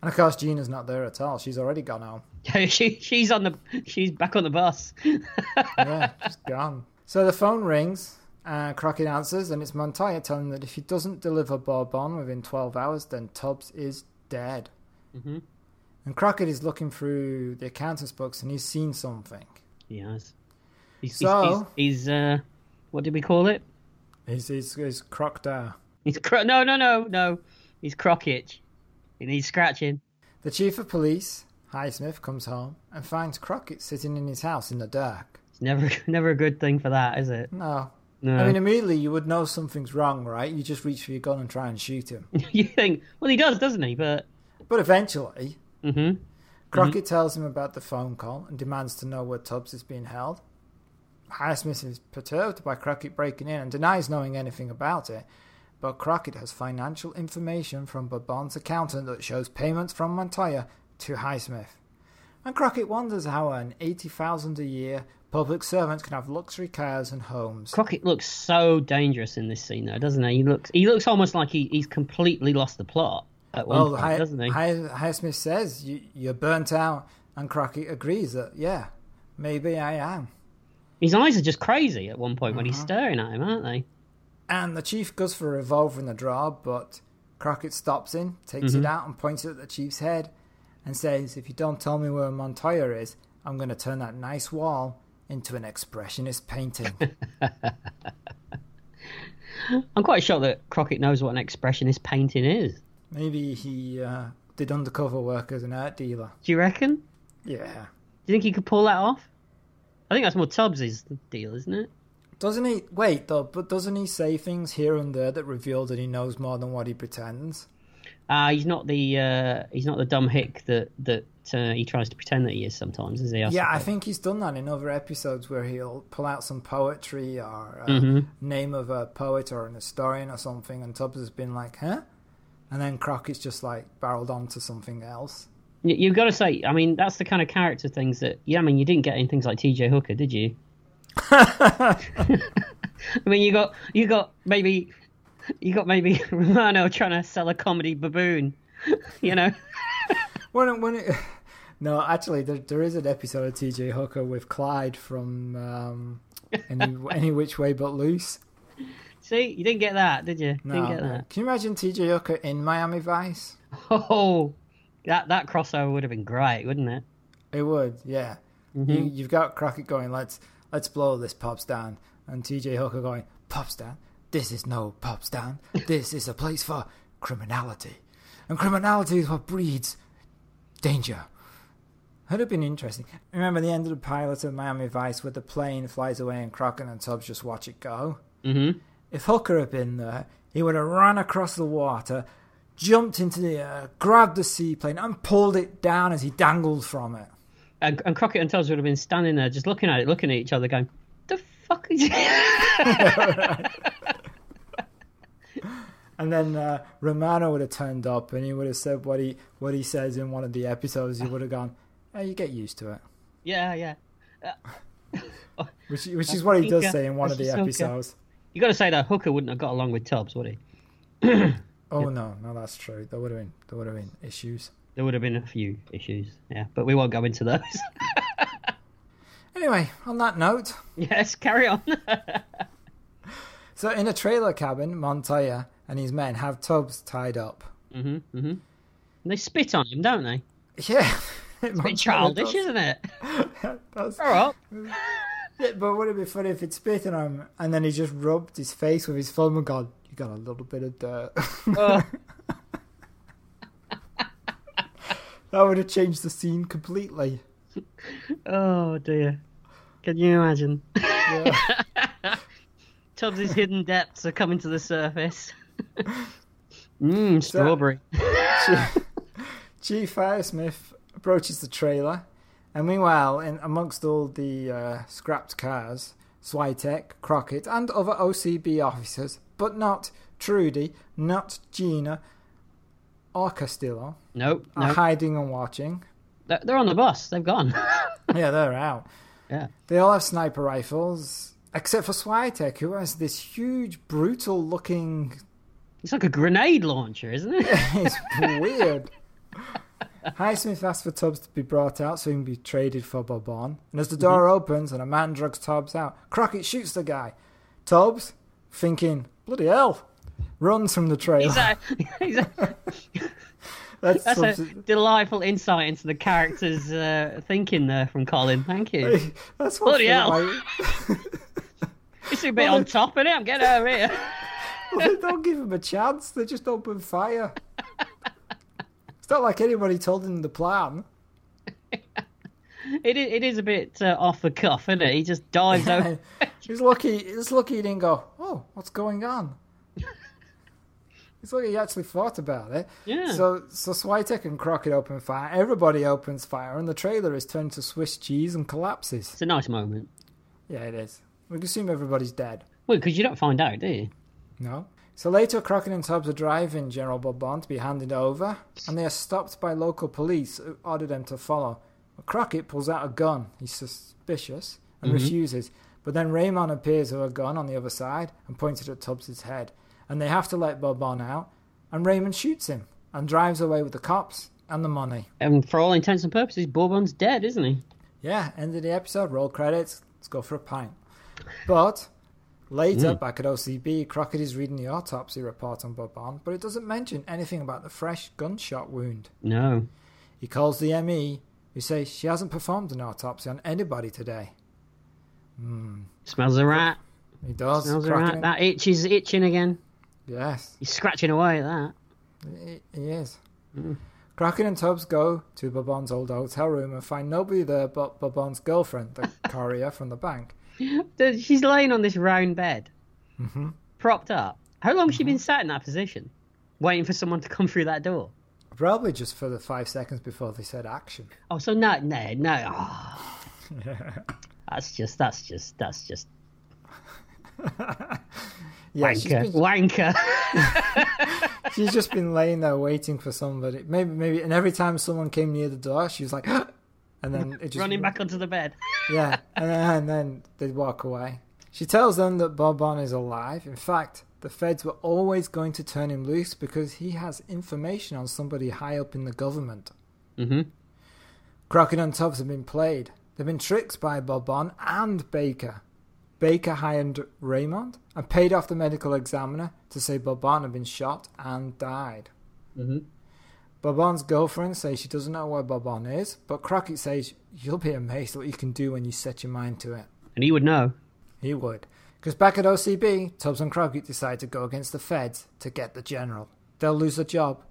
Speaker 1: And of course Gina's not there at all. She's already gone home.
Speaker 2: she, she's on the she's back on the bus.
Speaker 1: yeah, just gone. So the phone rings. Uh, Crockett answers, and it's Montoya telling him that if he doesn't deliver Bourbon within 12 hours, then Tubbs is dead.
Speaker 2: hmm
Speaker 1: And Crockett is looking through the accountant's books, and he's seen something.
Speaker 2: He has. He's,
Speaker 1: So-
Speaker 2: he's, he's, he's uh, what did we call it?
Speaker 1: He's he's, he's crocked out.
Speaker 2: He's cro- no no no no. He's Crockett. He needs scratching.
Speaker 1: The chief of police, Highsmith, comes home and finds Crockett sitting in his house in the dark.
Speaker 2: It's never never a good thing for that, is it?
Speaker 1: No.
Speaker 2: No.
Speaker 1: I mean, immediately you would know something's wrong, right? You just reach for your gun and try and shoot him.
Speaker 2: you think well he does, doesn't he? But
Speaker 1: But eventually,
Speaker 2: hmm
Speaker 1: Crockett tells him about the phone call and demands to know where Tubbs is being held. Highsmith is perturbed by Crockett breaking in and denies knowing anything about it, but Crockett has financial information from Bourbon's accountant that shows payments from Montoya to Highsmith. And Crockett wonders how an 80000 a year public servant can have luxury cars and homes.
Speaker 2: Crockett looks so dangerous in this scene, though, doesn't he? He looks he looks almost like he, he's completely lost the plot at one
Speaker 1: Well,
Speaker 2: point,
Speaker 1: Hi-
Speaker 2: doesn't he?
Speaker 1: Hi- Highsmith says, you, You're burnt out, and Crockett agrees that, yeah, maybe I am.
Speaker 2: His eyes are just crazy at one point when
Speaker 1: Uh-huh.
Speaker 2: he's staring at him, aren't they?
Speaker 1: And the chief goes for a revolver in the drawer, but Crockett stops him, takes it out, and points it at the chief's head and says, If you don't tell me where Montoya is, I'm going to turn that nice wall into an expressionist painting.
Speaker 2: I'm quite sure that Crockett knows what an expressionist painting is.
Speaker 1: Maybe he uh, did undercover work as an art dealer.
Speaker 2: Do you reckon? Do
Speaker 1: Yeah.
Speaker 2: you think he could pull that off? I think that's more Tubbs's deal, isn't it?
Speaker 1: Doesn't he? Wait, though, but doesn't he say things here and there that reveal that he knows more than what he pretends?
Speaker 2: Uh, he's not the uh, he's not the dumb hick that that uh, he tries to pretend that he is sometimes, is he?
Speaker 1: Yeah, I think he's done that in other episodes where he'll pull out some poetry or uh,
Speaker 2: Mm-hmm.
Speaker 1: name of a poet or an historian or something, and Tubbs has been like, huh? And then Crockett's just like barreled on to something else.
Speaker 2: Y- You've got to say, I mean, that's the kind of character things that, yeah, I mean, you didn't get in things like T.J. Hooker, did you? I mean, you got, you got maybe, you got maybe Romano trying to sell a comedy baboon, you know?
Speaker 1: When it, when it, no, actually, there, there is an episode of TJ Hooker with Clyde from um, any, any Which Way But Loose.
Speaker 2: See, you didn't get that, did you?
Speaker 1: No,
Speaker 2: didn't get
Speaker 1: no.
Speaker 2: that.
Speaker 1: Can you imagine TJ Hooker in Miami Vice?
Speaker 2: Oh, that that crossover would have been great, wouldn't it?
Speaker 1: It would, yeah. You, you've got Crockett going, let's let's blow this pub stand, and TJ Hooker going, pub stand? This is no pub stand. This is a place for criminality, and criminality is what breeds danger. Would have been interesting. Remember the end of the pilot of Miami Vice, where the plane flies away and Crockett and Tubbs just watch it go.
Speaker 2: Mm-hmm.
Speaker 1: If Hooker had been there, he would have run across the water, jumped into the air, grabbed the seaplane, and pulled it down as he dangled from it.
Speaker 2: And, and Crockett and Tubbs would have been standing there, just looking at it, looking at each other, going, "The fuck is?"
Speaker 1: And then uh, Romano would have turned up, and he would have said what he what he says in one of the episodes. He would have gone, "Oh, you get used to it,"
Speaker 2: yeah, yeah.
Speaker 1: which which is what he does say in one of the
Speaker 2: That's just so good.
Speaker 1: episodes.
Speaker 2: You got to say that Hooker wouldn't have got along with Tubbs, would he?
Speaker 1: Oh no, no, that's true. There would have been there would have been issues.
Speaker 2: There would have been a few issues, yeah, but we won't go into those.
Speaker 1: Anyway, on that note,
Speaker 2: yes, carry on.
Speaker 1: so in a trailer cabin, Montoya and his men have Tubbs tied up.
Speaker 2: hmm hmm They spit on him, don't they?
Speaker 1: Yeah,
Speaker 2: A bit childish, isn't it?
Speaker 1: That's,
Speaker 2: All right.
Speaker 1: Yeah, but would it be funny if he'd spit on him and then he just rubbed his face with his thumb and gone, You got a little bit of dirt.
Speaker 2: Uh.
Speaker 1: that would have changed the scene completely.
Speaker 2: Oh dear. Can you imagine?
Speaker 1: Yeah.
Speaker 2: Tubbs's hidden depths are coming to the surface. Mmm, strawberry.
Speaker 1: Chief, Chief Firesmith approaches the trailer, and meanwhile, in amongst all the uh, scrapped cars, Switek, Crockett, and other OCB officers, but not Trudy, not Gina, or Castillo,
Speaker 2: Nope,
Speaker 1: are
Speaker 2: no.
Speaker 1: hiding and watching.
Speaker 2: They're they're on the bus. They've gone.
Speaker 1: Yeah, they're out.
Speaker 2: yeah.
Speaker 1: They all have sniper rifles, except for Switek, who has this huge, brutal looking.
Speaker 2: It's like a grenade launcher, isn't it?
Speaker 1: it's weird. Highsmith asks for Tubbs to be brought out so he can be traded for Bobon. And as the door opens and a man drags Tubbs out, Crockett shoots the guy. Tubbs, thinking, bloody hell, runs from the trailer.
Speaker 2: He's a, he's a-
Speaker 1: That's
Speaker 2: that's a
Speaker 1: subs-
Speaker 2: delightful insight into the character's uh, thinking there from Colin. Thank you.
Speaker 1: That's what
Speaker 2: Bloody hell.
Speaker 1: like-
Speaker 2: It's a bit on top, innit? I'm getting over here.
Speaker 1: they don't give him a chance. They just open fire. It's not like anybody told him the plan.
Speaker 2: It is, it is a bit uh, off the cuff, isn't it? He just dives over.
Speaker 1: he's lucky. He's lucky he didn't go. Oh, what's going on? He's lucky he actually thought about it.
Speaker 2: Yeah.
Speaker 1: So so Switek and Crockett open fire. Everybody opens fire, and the trailer is turned to Swiss cheese and collapses.
Speaker 2: It's a nice moment.
Speaker 1: Yeah, it is. We can assume everybody's dead.
Speaker 2: Well, because you don't find out, do you?
Speaker 1: No. So later, Crockett and Tubbs are driving General Bobon to be handed over, and they are stopped by local police who order them to follow. But Crockett pulls out a gun. He's suspicious and refuses. But then Raymond appears with a gun on the other side and points it at Tubbs's head. And they have to let Bobon out, and Raymond shoots him and drives away with the cops and the money.
Speaker 2: And for all intents and purposes, Bourbon's dead, isn't he?
Speaker 1: Yeah, end of the episode, roll credits, let's go for a pint. But
Speaker 2: Mm.
Speaker 1: later, back at OCB, Crockett is reading the autopsy report on Bobon, but it doesn't mention anything about the fresh gunshot wound.
Speaker 2: No.
Speaker 1: He calls the ME, who says she hasn't performed an autopsy on anybody today.
Speaker 2: Smells a rat.
Speaker 1: He does.
Speaker 2: Smells a
Speaker 1: Crockett-
Speaker 2: rat. That itch is itching again.
Speaker 1: Yes,
Speaker 2: He's scratching away at that.
Speaker 1: he he is.
Speaker 2: Mm.
Speaker 1: Crockett and Tubbs go to Bobon's old hotel room and find nobody there but Bobon's girlfriend, the courier from the bank.
Speaker 2: Dude, She's laying on this round bed, Mm-hmm. propped up. How long has she been sat in that position, waiting for someone to come through that door?
Speaker 1: Probably just for the five seconds before they said action.
Speaker 2: Oh, so no, no, no. oh. that's just, that's just, that's just
Speaker 1: Yeah, she's
Speaker 2: wanker,
Speaker 1: been
Speaker 2: wanker.
Speaker 1: She's just been laying there waiting for somebody. Maybe, maybe, and every time someone came near the door, she was like, and then it just
Speaker 2: running back onto the bed.
Speaker 1: Yeah, and then, and then they'd walk away. She tells them that Bobon is alive. In fact, the feds were always going to turn him loose because he has information on somebody high up in the government.
Speaker 2: Mm-hmm.
Speaker 1: Crockett and Tubbs have been played. They've been tricked by Bobon and Baker. Baker hired Raymond and paid off the medical examiner to say Bobon had been shot and died.
Speaker 2: Mhm.
Speaker 1: Bobon's girlfriend says she doesn't know where Bobon is, but Crockett says you'll be amazed at what you can do when you set your mind to it.
Speaker 2: And he would know.
Speaker 1: He would. Because back at OCB, Tubbs and Crockett decide to go against the feds to get the general. They'll lose their job,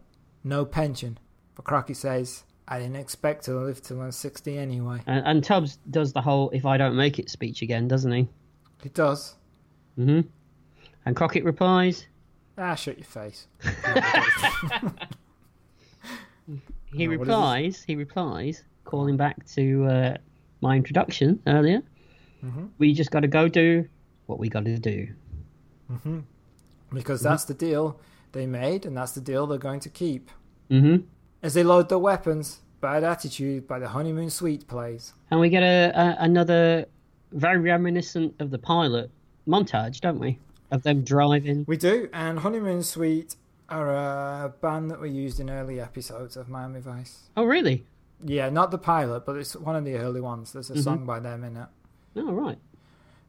Speaker 1: no pension. But Crockett says, I didn't expect to live till I'm 60 anyway.
Speaker 2: And, and Tubbs does the whole "if I don't make it" speech again, doesn't he?
Speaker 1: He does.
Speaker 2: Mm-hmm. And Crockett replies,
Speaker 1: Ah, shut your face. No,
Speaker 2: He
Speaker 1: Oh, what is this?
Speaker 2: replies. He replies, calling back to uh, my introduction earlier.
Speaker 1: Mm-hmm.
Speaker 2: We just got to go do what we got to do.
Speaker 1: Because that's the deal they made, and that's the deal they're going to keep.
Speaker 2: hmm
Speaker 1: As they load their weapons, Bad Attitude by the Honeymoon Suite plays.
Speaker 2: And we get a, a another very reminiscent of the pilot montage, don't we? Of them driving.
Speaker 1: We do, and Honeymoon Suite are a band that we used in early episodes of Miami Vice.
Speaker 2: Oh, really?
Speaker 1: Yeah, not the pilot, but it's one of the early ones. There's a song by them in it.
Speaker 2: Oh, right.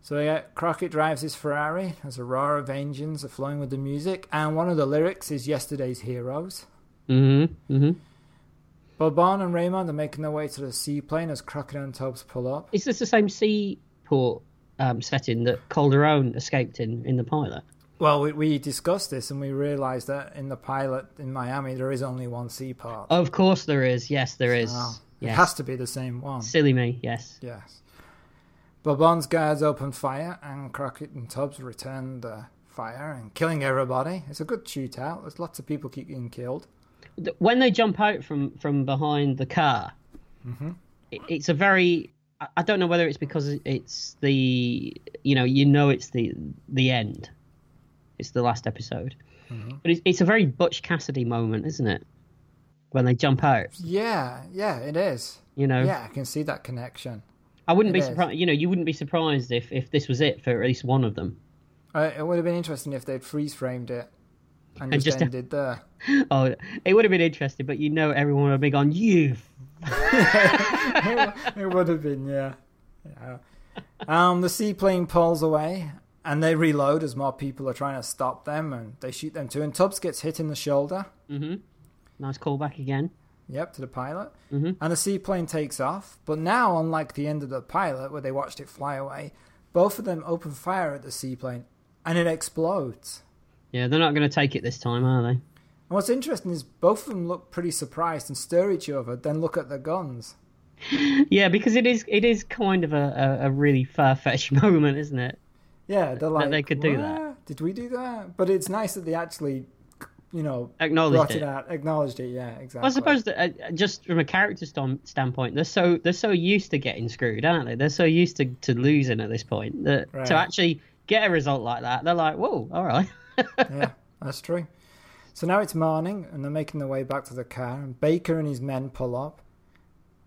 Speaker 1: So yeah, Crockett drives his Ferrari as a roar of engines are flowing with the music, and one of the lyrics is "Yesterday's Heroes."
Speaker 2: hmm hmm
Speaker 1: Bobon and Raymond are making their way to the seaplane as Crockett and Tubbs pull up.
Speaker 2: Is this the same seaport um, setting that Calderon escaped in in the pilot?
Speaker 1: Well, we, we discussed this and we realised that in the pilot in Miami there is only one seaport.
Speaker 2: Of course there is. Yes, there is.
Speaker 1: Oh, It
Speaker 2: Oh, yes.
Speaker 1: has to be the same one.
Speaker 2: Silly me. Yes.
Speaker 1: Yes. Bobon's guards open fire, and Crockett and Tubbs return the fire and killing everybody. It's a good shootout. There's lots of people keep getting killed.
Speaker 2: th- when they jump out from from behind the car,
Speaker 1: Mm-hmm.
Speaker 2: it, it's a very I- I don't know whether it's because it's the you know you know it's the the end, it's the last episode,
Speaker 1: Mm-hmm.
Speaker 2: but it's, it's a very Butch Cassidy moment, isn't it? When they jump out,
Speaker 1: Yeah, yeah, it is.
Speaker 2: you know,
Speaker 1: Yeah, I can see that connection.
Speaker 2: I wouldn't
Speaker 1: it
Speaker 2: be
Speaker 1: is.
Speaker 2: surprised. You know, you wouldn't be surprised if if this was it for at least one of them.
Speaker 1: Uh, it would have been interesting if they'd freeze framed it and,
Speaker 2: And
Speaker 1: just,
Speaker 2: just-
Speaker 1: ended there.
Speaker 2: Oh, it would have been interesting, but you know, everyone would have been gone. You.
Speaker 1: it would have been, yeah. yeah. Um, the seaplane pulls away and they reload as more people are trying to stop them and they shoot them too. And Tubbs gets hit in the shoulder.
Speaker 2: Mm-hmm. Nice callback again.
Speaker 1: Yep, to the pilot.
Speaker 2: Mhm.
Speaker 1: And the seaplane takes off. But now, unlike the end of the pilot where they watched it fly away, both of them open fire at the seaplane and it explodes.
Speaker 2: Yeah, they're not going to take it this time, are they?
Speaker 1: And what's interesting is both of them look pretty surprised and stare at each other, then look at their guns.
Speaker 2: Yeah, because it is it is kind of a, a, a really far fetched moment, isn't it?
Speaker 1: Yeah, they're like,
Speaker 2: they could do that.
Speaker 1: "What? Did we do that? But it's nice that they actually, you know,
Speaker 2: Acknowledged
Speaker 1: brought
Speaker 2: it.
Speaker 1: it out, acknowledged it. Yeah, exactly.
Speaker 2: I suppose that uh, uh, just from a character stom- standpoint, they're so they're so used to getting screwed, aren't they? They're so used to, to losing at this point that
Speaker 1: Right.
Speaker 2: to actually get a result like that, they're like, whoa, all right.
Speaker 1: yeah, that's true. So now it's morning, and they're making their way back to the car, and Baker and his men pull up.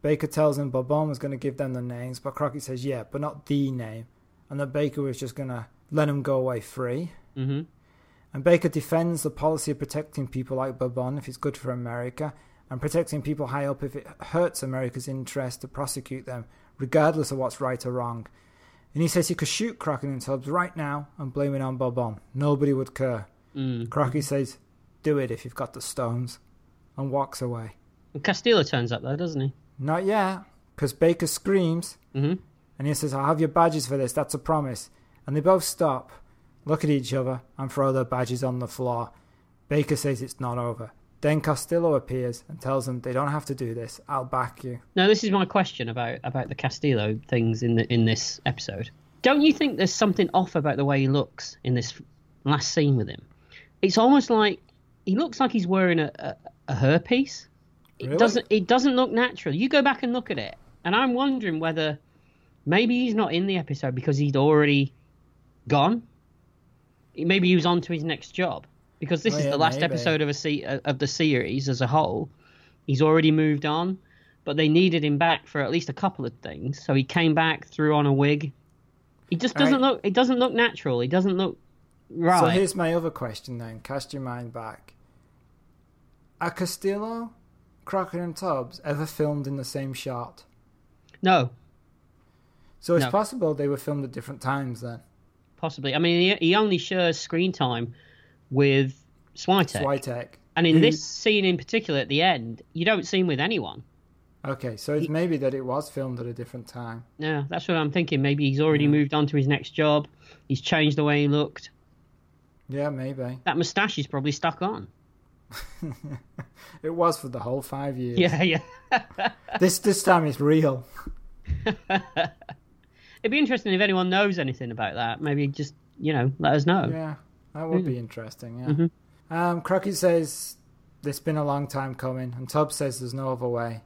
Speaker 1: Baker tells them Bobon was going to give them the names, but Crockett says, yeah, but not the name, and that Baker was just going to let them go away free.
Speaker 2: hmm
Speaker 1: And Baker defends the policy of protecting people like Bourbon if it's good for America, and protecting people high up if it hurts America's interest to prosecute them, regardless of what's right or wrong. And he says he could shoot Crockett and Tubbs right now and blame it on Bourbon. Nobody would care.
Speaker 2: Mm.
Speaker 1: Crockett says, Do it if you've got the stones, and walks away.
Speaker 2: And Castillo turns up though, doesn't he?
Speaker 1: Not yet, because Baker screams,
Speaker 2: hmm
Speaker 1: and he says, I'll have your badges for this, that's a promise. And they both stop, look at each other, and throw their badges on the floor. Baker says it's not over. Then Castillo appears and tells them they don't have to do this, I'll back you.
Speaker 2: Now, this is my question about about the Castillo things in the in this episode. Don't you think there's something off about the way he looks in this last scene with him? It's almost like he looks like he's wearing a a, a hairpiece. It
Speaker 1: Really?
Speaker 2: doesn't it doesn't look natural. You go back and look at it, and I'm wondering whether maybe he's not in the episode because he'd already gone. Maybe he was on to his next job because this
Speaker 1: Oh,
Speaker 2: is
Speaker 1: yeah,
Speaker 2: the last
Speaker 1: maybe.
Speaker 2: episode of a se- uh, of the series as a whole. He's already moved on, but they needed him back for at least a couple of things. So he came back, threw on a wig. He just doesn't
Speaker 1: Right.
Speaker 2: look. It doesn't look natural. He doesn't look right.
Speaker 1: So here's my other question then, cast your mind back. Are Castillo, Crockett, and Tubbs ever filmed in the same shot?
Speaker 2: no,
Speaker 1: So it's
Speaker 2: No.
Speaker 1: possible they were filmed at different times then.
Speaker 2: possibly. I mean, he, he only shares screen time with Switek.
Speaker 1: Switek.
Speaker 2: And in
Speaker 1: who-
Speaker 2: this scene in particular, at the end, you don't see him with anyone.
Speaker 1: Okay, so it's maybe that it was filmed at a different time.
Speaker 2: Yeah, that's what I'm thinking. Maybe he's already moved on to his next job. He's changed the way he looked.
Speaker 1: Yeah, maybe.
Speaker 2: That moustache is probably stuck on.
Speaker 1: It was for the whole five years.
Speaker 2: Yeah, yeah.
Speaker 1: This this time it's real.
Speaker 2: It'd be interesting if anyone knows anything about that. Maybe just, you know, let us know.
Speaker 1: Yeah, that would be interesting. Yeah.
Speaker 2: Mm-hmm.
Speaker 1: Um, Crockett says it's been a long time coming, and Tubbs says there's no other way.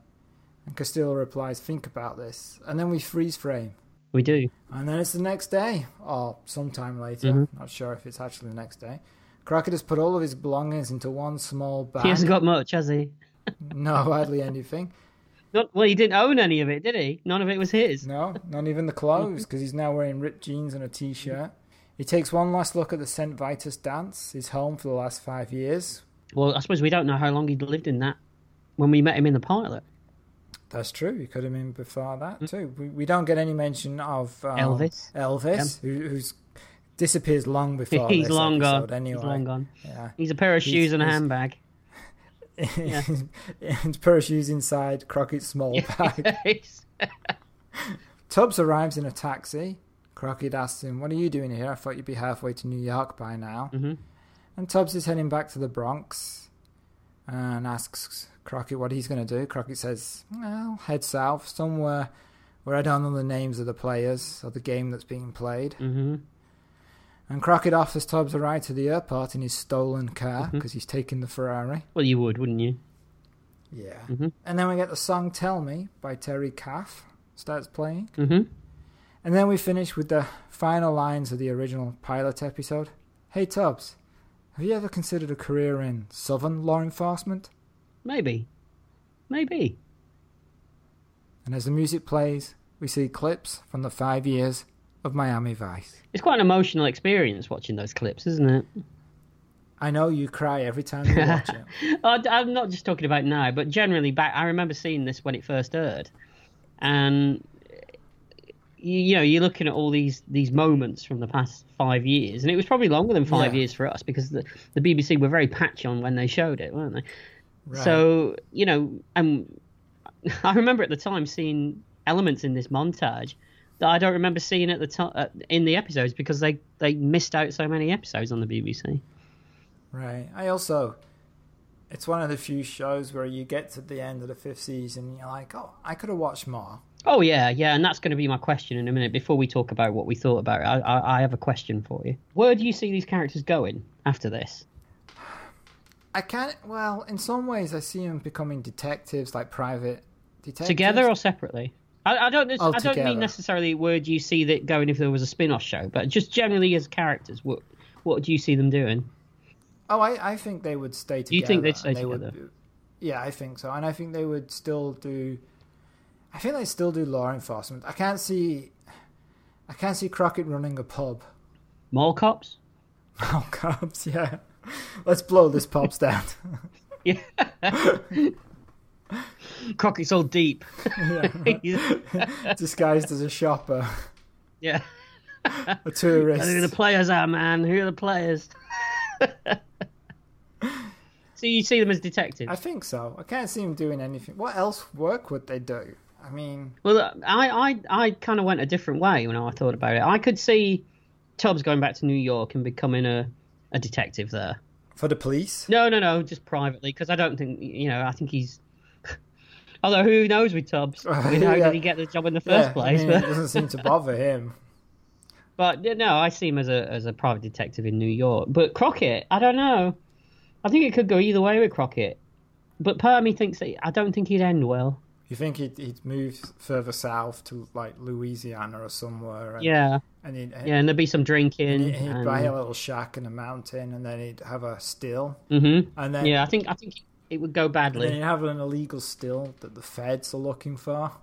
Speaker 1: And Castillo replies, "Think about this." And then we freeze frame,
Speaker 2: We do.
Speaker 1: and then it's the next day or sometime later.
Speaker 2: Mm-hmm.
Speaker 1: Not sure if it's actually the next day. Crockett has put all of his belongings into one small bag.
Speaker 2: He hasn't got much, has he?
Speaker 1: no, hardly anything.
Speaker 2: Not, well, he didn't own any of it, did he? None of it was his.
Speaker 1: No, not even the clothes, because he's now wearing ripped jeans and a t shirt. He takes one last look at the St. Vitus dance, his home for the last five years.
Speaker 2: Well, I suppose we don't know how long he'd lived in that when we met him in the pilot.
Speaker 1: That's true. He could have been before that, too. We, we don't get any mention of um,
Speaker 2: Mm. Elvis.
Speaker 1: Elvis, who who's disappears long before
Speaker 2: he's
Speaker 1: this
Speaker 2: long
Speaker 1: episode,
Speaker 2: gone.
Speaker 1: Anyway.
Speaker 2: He's long gone.
Speaker 1: Yeah.
Speaker 2: He's a pair of
Speaker 1: He's-
Speaker 2: shoes and a
Speaker 1: he's-
Speaker 2: handbag.
Speaker 1: and parachutes inside Crockett's small bag. Tubbs arrives in a taxi. Crockett asks him, What are you doing here? I thought you'd be halfway to New York by now.
Speaker 2: Mhm.
Speaker 1: And Tubbs is heading back to the Bronx and asks Crockett what he's going to do. Crockett says, Well, head south, somewhere where I don't know the names of the players or the game that's being played.
Speaker 2: hmm
Speaker 1: And Crockett offers Tubbs a ride to the airport in his stolen car because he's taking the Ferrari.
Speaker 2: Well, you would, wouldn't you?
Speaker 1: Yeah.
Speaker 2: Mhm.
Speaker 1: And then we get the song Tell Me by Terry Caff starts playing.
Speaker 2: hmm
Speaker 1: And then we finish with the final lines of the original pilot episode. Hey Tubbs, have you ever considered a career in southern law enforcement?
Speaker 2: Maybe. Maybe.
Speaker 1: And as the music plays, we see clips from the five years of Miami Vice.
Speaker 2: It's quite an emotional experience watching those clips, isn't it?
Speaker 1: I know you cry every time you watch it.
Speaker 2: Oh, d- I'm not just talking about now, but generally back. I remember seeing this when it first aired, and eh, you, you know you're looking at all these these moments from the past five years, and it was probably longer than five
Speaker 1: Yeah.
Speaker 2: years for us because the, the BBC were very patchy on when they showed it, weren't they? So you know, um, I remember at the time seeing elements in this montage that I don't remember seeing at the time uh, in the episodes because they they missed out so many episodes on the BBC.
Speaker 1: Right. I also, it's one of the few shows where you get to the end of the fifth season and you're like, oh, I could have watched more.
Speaker 2: Oh yeah, yeah, and that's going to be my question in a minute. Before we talk about what we thought about it, I, I, I have a question for you. Where do you see these characters going after this?
Speaker 1: I can't. Well, in some ways, I see them becoming detectives, like private detectives.
Speaker 2: Together or separately? I, I don't. I don't
Speaker 1: Altogether.
Speaker 2: mean necessarily where do you see that going if there was a spin-off show, but just generally as characters, what what do you see them doing?
Speaker 1: Oh, I, I think they would stay together.
Speaker 2: You think they'd stay
Speaker 1: and they would
Speaker 2: together?
Speaker 1: do- yeah, I think so, and I think they would still do. I think they still do law enforcement. I can't see. I can't see Crockett running a pub.
Speaker 2: Mall cops?
Speaker 1: Oh, cops, yeah. Let's blow this pub's down.
Speaker 2: Yeah. Crockett's all deep. He's-
Speaker 1: Disguised as a shopper,
Speaker 2: yeah.
Speaker 1: a
Speaker 2: Who the
Speaker 1: tourist.
Speaker 2: players are, man? Who are the players? so you see them as detectives?
Speaker 1: I think so. I can't see him doing anything. What else work would they do? I mean,
Speaker 2: Well, I, I, I kind of went a different way when I thought about it. I could see Tubbs going back to New York and becoming a, a detective there.
Speaker 1: for the police?
Speaker 2: No, no, no, just privately, because I don't think, you know, I think he's. Although, who knows with Tubbs? I mean, how
Speaker 1: Yeah.
Speaker 2: did he get the job in the
Speaker 1: Yeah,
Speaker 2: first
Speaker 1: I
Speaker 2: place?
Speaker 1: mean,
Speaker 2: but-
Speaker 1: it doesn't seem to bother him.
Speaker 2: But yeah, no, I see him as a as a private detective in New York. But Crockett, I don't know. I think it could go either way with Crockett. But part of me thinks that I don't think he'd end well.
Speaker 1: You think he'd, he'd move further south to like Louisiana or somewhere? And,
Speaker 2: Yeah,
Speaker 1: And he'd,
Speaker 2: yeah, and there'd be some
Speaker 1: and
Speaker 2: drinking.
Speaker 1: he'd, he'd buy a
Speaker 2: And,
Speaker 1: little shack in a mountain, and then he'd have a still,
Speaker 2: Mhm.
Speaker 1: and then
Speaker 2: Yeah, I think I think it would go
Speaker 1: and then
Speaker 2: badly.
Speaker 1: he'd have an illegal still that the feds are looking for.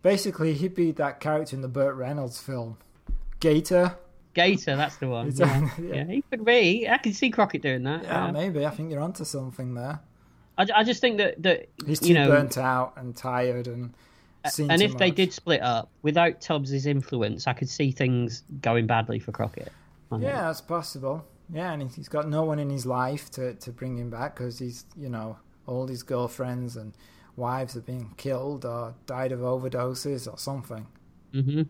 Speaker 1: Basically, he'd be that character in the Burt Reynolds film, Gator.
Speaker 2: Gator, that's the one.
Speaker 1: Is
Speaker 2: Yeah.
Speaker 1: that- yeah.
Speaker 2: yeah, he could be. I could see Crockett doing that.
Speaker 1: Yeah,
Speaker 2: Yeah.
Speaker 1: maybe I think you're onto something there.
Speaker 2: I, I just think that that
Speaker 1: He's too
Speaker 2: you know.
Speaker 1: burnt out and tired and seen
Speaker 2: and
Speaker 1: too
Speaker 2: if they
Speaker 1: much.
Speaker 2: did split up without Tubbs's influence, I could see things going badly for Crockett. I think.
Speaker 1: Yeah, that's possible. Yeah, and he's got no one in his life to, to bring him back because he's, you know, all his girlfriends and wives have been killed or died of overdoses or something.
Speaker 2: hmm
Speaker 1: Mm-hmm.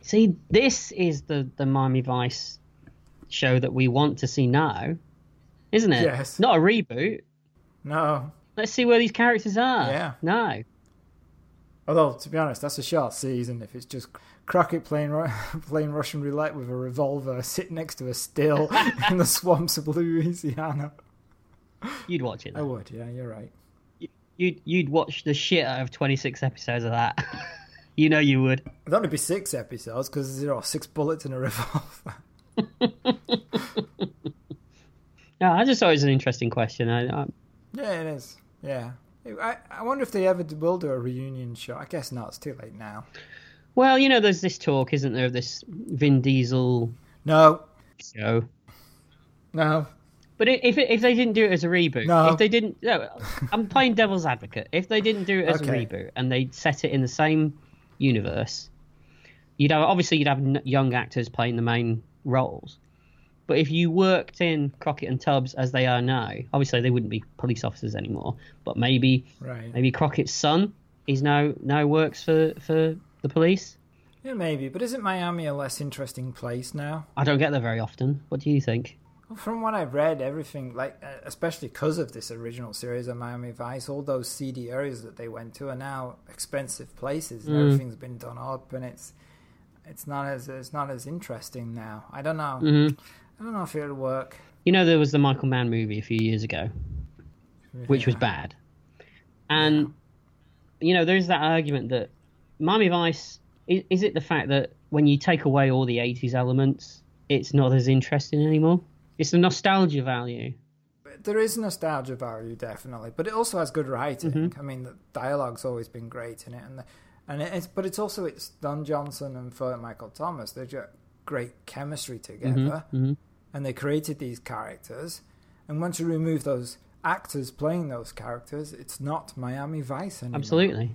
Speaker 2: See, this is the the Miami Vice show that we want to see now, isn't it?
Speaker 1: Yes.
Speaker 2: Not a reboot.
Speaker 1: No.
Speaker 2: Let's see where these characters are.
Speaker 1: Yeah.
Speaker 2: No.
Speaker 1: Although, to be honest, that's a short season if it's just Crockett playing, Ru- playing Russian roulette with a revolver sitting next to a still in the swamps of Louisiana.
Speaker 2: You'd watch it.
Speaker 1: I
Speaker 2: Though.
Speaker 1: would, yeah, you're right.
Speaker 2: You'd you'd watch the shit out of twenty six episodes of that. you know you would.
Speaker 1: There'd only be six episodes because there are six bullets in a revolver.
Speaker 2: No, I just thought it was an interesting question. I, I,
Speaker 1: Yeah, it is. Yeah. I, I wonder if they ever d- will do a reunion show. I guess not. It's too late now.
Speaker 2: well, you know, there's this talk, isn't there, of this Vin Diesel
Speaker 1: No,
Speaker 2: show.
Speaker 1: no.
Speaker 2: But i- if it- if they didn't do it as a reboot,
Speaker 1: No.
Speaker 2: if they didn't, no, I'm playing devil's advocate. If they didn't do it as
Speaker 1: Okay.
Speaker 2: a reboot and they set it in the same universe, you'd have obviously you'd have n- young actors playing the main roles. But if you worked in Crockett and Tubbs as they are now, obviously they wouldn't be police officers anymore. But maybe
Speaker 1: Right.
Speaker 2: maybe Crockett's son is now now works for for the police.
Speaker 1: Yeah, maybe. But isn't Miami a less interesting place now?
Speaker 2: I don't get there very often. What do you think?
Speaker 1: From what I've read, everything, like, uh, especially because of this original series of Miami Vice, all those seedy areas that they went to are now expensive places
Speaker 2: Mm.
Speaker 1: and everything's been done up and it's. It's not as it's not as interesting now. I don't know.
Speaker 2: Mm.
Speaker 1: I don't know if it'll work.
Speaker 2: You know, there was the Michael Mann movie a few years ago, which was bad. And, you know, there's that argument that Miami Vice is, is it the fact that when you take away all the 80s elements, it's not as interesting anymore? It's the nostalgia value.
Speaker 1: there is nostalgia value definitely, but it also has good writing. I mean, the dialogue's always been great in it, and the, and it's but it's also
Speaker 2: Mm-hmm.
Speaker 1: it's Don Johnson and Philip Michael Thomas. They're just great chemistry together, and they created these characters. And once you remove those actors playing those characters, it's not Miami Vice anymore.
Speaker 2: Absolutely.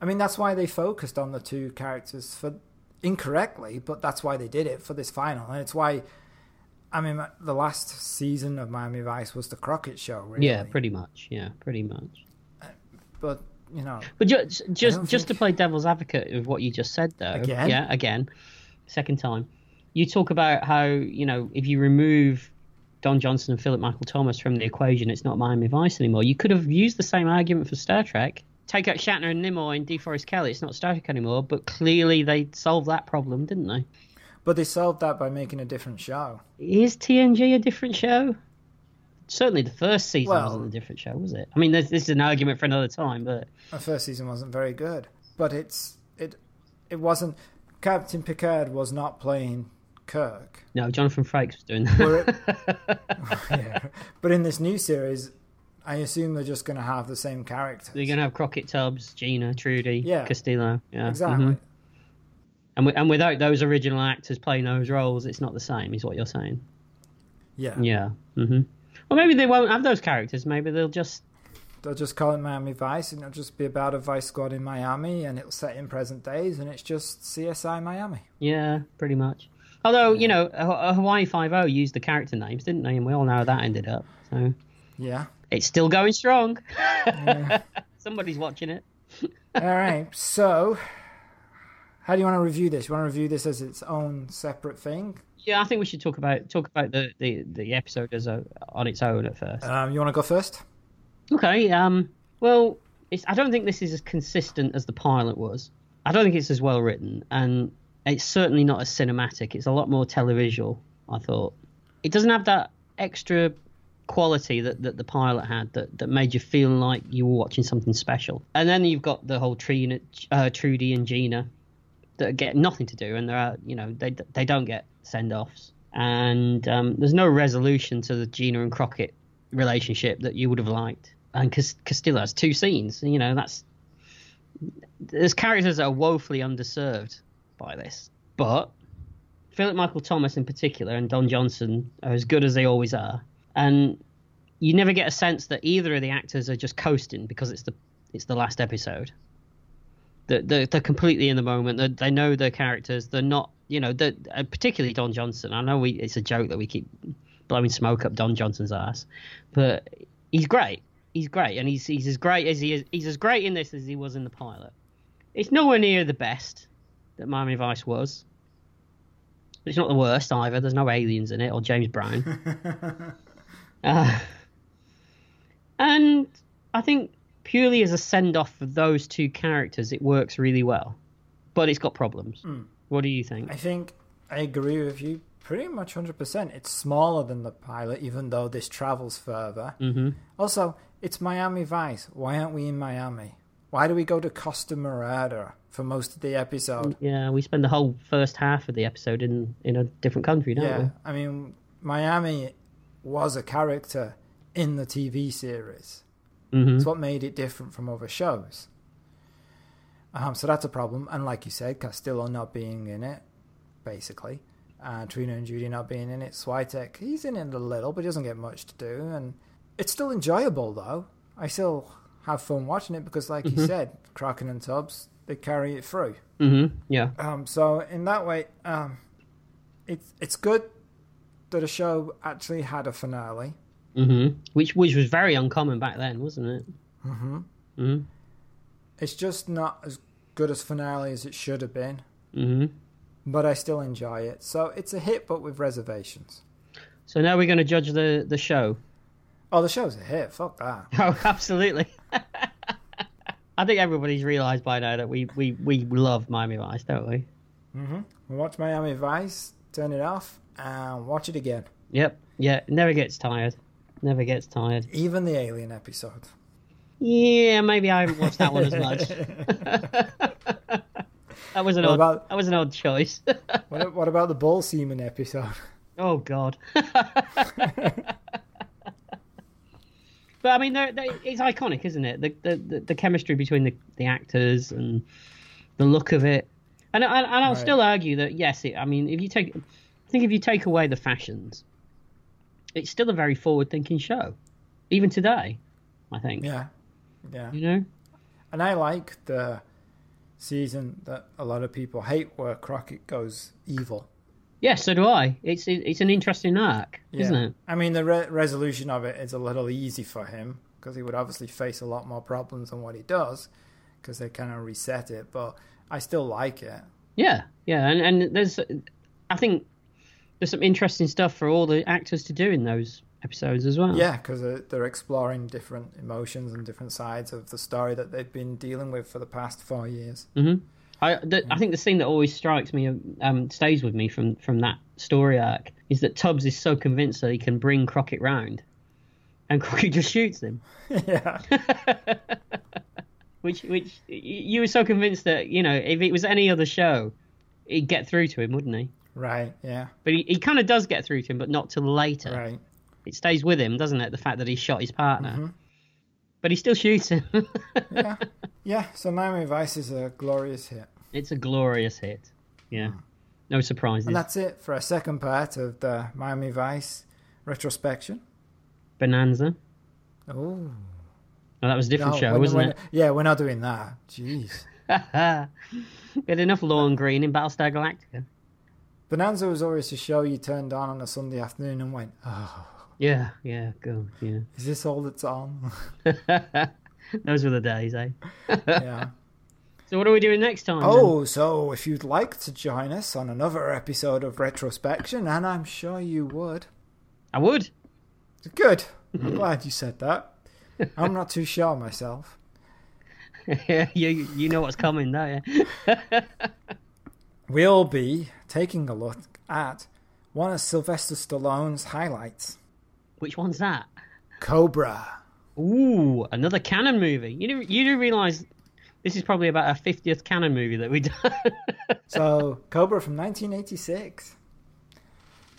Speaker 1: I mean, that's why they focused on the two characters for incorrectly, but that's why they did it for this final, and it's why. I mean, the last season of Miami Vice was the Crockett Show, really.
Speaker 2: Yeah, pretty much. Yeah, pretty much.
Speaker 1: But you know,
Speaker 2: But just just
Speaker 1: don't
Speaker 2: just to
Speaker 1: think-
Speaker 2: play devil's advocate of what you just said, though.
Speaker 1: Again?
Speaker 2: Yeah, again, second time. You talk about how you know if you remove Don Johnson and Philip Michael Thomas from the equation, it's not Miami Vice anymore. You could have used the same argument for Star Trek. Take out Shatner and Nimoy and DeForest Kelly. It's not Star Trek anymore. But clearly they solved that problem, didn't they?
Speaker 1: but they solved that by making a different show.
Speaker 2: Is TNG a different show? Certainly, the first season
Speaker 1: Well-
Speaker 2: wasn't a different show, was it? I mean, this, this is an argument for another time, but
Speaker 1: The first season wasn't very good, but it's it it wasn't. Captain Picard was not playing Kirk,
Speaker 2: no, Jonathan Frakes was doing that.
Speaker 1: Were it- yeah. but in this new series, I assume they're just going to have the same characters.
Speaker 2: They're gonna have Crockett Tubbs, Gina, Trudy,
Speaker 1: Yeah.
Speaker 2: Castillo, yeah,
Speaker 1: exactly.
Speaker 2: mhm. And wi- and without those original actors playing those roles, it's not the same, is what you're saying.
Speaker 1: Yeah.
Speaker 2: Yeah. hmm Well, maybe they won't have those characters. Maybe they'll just
Speaker 1: they'll just call it Miami Vice, and it'll just be about a Vice squad in Miami, and it'll set in present days, and it's just CSI Miami.
Speaker 2: yeah, pretty much. Although you know, H- Hawaii Five O used the character names, didn't they? And we all know how that ended up. So
Speaker 1: Yeah.
Speaker 2: it's still going strong. Somebody's watching it.
Speaker 1: All right. So, how do you want to review this? You want to review this as its own separate thing?
Speaker 2: Yeah, I think we should talk about talk about the the, the episode as a, on its own at first.
Speaker 1: Um, you want to go first?
Speaker 2: Okay. Um. Well, it's. I don't think this is as consistent as the pilot was. I don't think it's as well written, and it's certainly not as cinematic. It's a lot more televisual. I thought it doesn't have that extra quality that, that the pilot had that, that made you feel like you were watching something special. And then you've got the whole Trina, uh, Trudy and Gina that get nothing to do, and they're out, you know they they don't get send offs, and um, there's no resolution to the Gina and Crockett relationship that you would have liked. And Cas- Castillo has two scenes, you know that's there's characters that are woefully underserved by this, but Philip Michael Thomas in particular and Don Johnson are as good as they always are, and you never get a sense that either of the actors are just coasting because it's the it's the last episode they're, they're, they're completely in the moment. They, they know their characters. They're not, you know, they're- uh, particularly Don Johnson. I know we it's a joke that we keep blowing smoke up Don Johnson's ass, but he's great. He's great, and he's he's as great as he is. He's as great in this as he was in the pilot. It's nowhere near the best that Miami Vice was. It's not the worst either. There's no aliens in it or James Brown. Uh, and I think purely as a send off for those two characters, it works really well. But it's got problems. What do you think?
Speaker 1: I think I agree with you pretty much 100%. It's smaller than the pilot, even though this travels further. Mm-hmm. Also, it's Miami Vice. Why aren't we in Miami? Why do we go to Costa Morada for most of the episode?
Speaker 2: Yeah, we spend the whole first half of the episode in, in a different country, don't
Speaker 1: Yeah, I mean, Miami was a character in the TV series.
Speaker 2: Mm-hmm. Hmm.
Speaker 1: It's what made it different from other shows. Um, so that's a problem. And like you said, Castillo not being in it, basically. Uh, Trina and Judy not being in it. Switek, he's in it a little, but he doesn't get much to do. And it's still enjoyable, though. I still have fun watching it because, like you said, Kraken and Tubbs, they carry it through.
Speaker 2: we? hmm Yeah.
Speaker 1: Um, so in that way, um, it's it's good that a show actually had a finale.
Speaker 2: hmm Which which was very uncommon back then, wasn't it? Mm-hmm.
Speaker 1: It's just not as good as finale as it should have been,
Speaker 2: hmm
Speaker 1: but I still enjoy it. So it's a hit, but with reservations.
Speaker 2: So now we're going to judge the, the show.
Speaker 1: Oh, the show's a hit. Fuck that.
Speaker 2: Oh, absolutely. I think everybody's realised by now that we, we, we love Miami Vice, don't we?
Speaker 1: Watch Miami Vice, turn it off, and watch it again.
Speaker 2: Yep. Yeah. Never gets tired. Never gets tired.
Speaker 1: Even the Alien episode.
Speaker 2: Yeah. Maybe I haven't watched that one as much. that was an
Speaker 1: What
Speaker 2: odd.
Speaker 1: about-
Speaker 2: That was an odd choice.
Speaker 1: What, what about the ball semen episode?
Speaker 2: oh God. But I mean, they're, they it's iconic, isn't it? The, the the the chemistry between the the actors and the look of it, and and, and I'll
Speaker 1: Right.
Speaker 2: still argue that yes, it, I mean, if you take, I think if you take away the fashions, it's still a very forward-thinking show, even today. I think
Speaker 1: Yeah. Yeah.
Speaker 2: you know.
Speaker 1: And I like the season that a lot of people hate where Crockett goes evil.
Speaker 2: Yeah, so do I. It's it, it's an interesting arc,
Speaker 1: Yeah.
Speaker 2: isn't it?
Speaker 1: I mean, the re- resolution of it is a little easy for him because he would obviously face a lot more problems than what he does because they kind of reset it. But I still like it.
Speaker 2: Yeah, yeah, and and there's, I think, there's some interesting stuff for all the actors to do in those episodes as well.
Speaker 1: Yeah, because they're, they're exploring different emotions and different sides of the story that they've been dealing with for the past four years.
Speaker 2: Hmm. I the,
Speaker 1: Mm.
Speaker 2: I think the thing that always strikes me, um, stays with me from from that story arc is that Tubbs is so convinced that he can bring Crockett round, and Crockett just shoots him.
Speaker 1: yeah.
Speaker 2: Which which y- you were so convinced that you know if it was any other show, he'd get through to him, wouldn't he?
Speaker 1: Right. Yeah.
Speaker 2: But he, he kind of does get through to him, but not till later.
Speaker 1: Right.
Speaker 2: It stays with him, doesn't it? The fact that he shot his partner,
Speaker 1: Mm-hmm.
Speaker 2: but he still shoots him.
Speaker 1: Yeah. yeah. So Miami Vice is a glorious hit.
Speaker 2: it's a glorious hit. Yeah, no surprises.
Speaker 1: Hmm. And that's it for our second part of the Miami Vice retrospection.
Speaker 2: Bonanza.
Speaker 1: Oh,
Speaker 2: Oh, that was a different show, wasn't it?
Speaker 1: Yeah, we're not doing that. Jeez.
Speaker 2: we had enough lawn green in Battlestar Galactica.
Speaker 1: Bonanza was always a show you turned on on a Sunday afternoon and went, oh,
Speaker 2: Yeah, yeah, good. Yeah,
Speaker 1: is this all that's on?
Speaker 2: those were the days, eh?
Speaker 1: yeah.
Speaker 2: So what are we doing next time? then?
Speaker 1: Oh, so if you'd like to join us on another episode of Retrospection, and I'm sure you would.
Speaker 2: I would.
Speaker 1: Good. I'm glad you said that. I'm not too sure myself.
Speaker 2: yeah, you you know what's coming, don't you?
Speaker 1: We'll be taking a look at one of Sylvester Stallone's highlights
Speaker 2: Which one's that?
Speaker 1: Cobra.
Speaker 2: Ooh, another canon movie. You didn't you do realize this is probably about our fiftieth canon movie that we done.
Speaker 1: So, Cobra from 1986.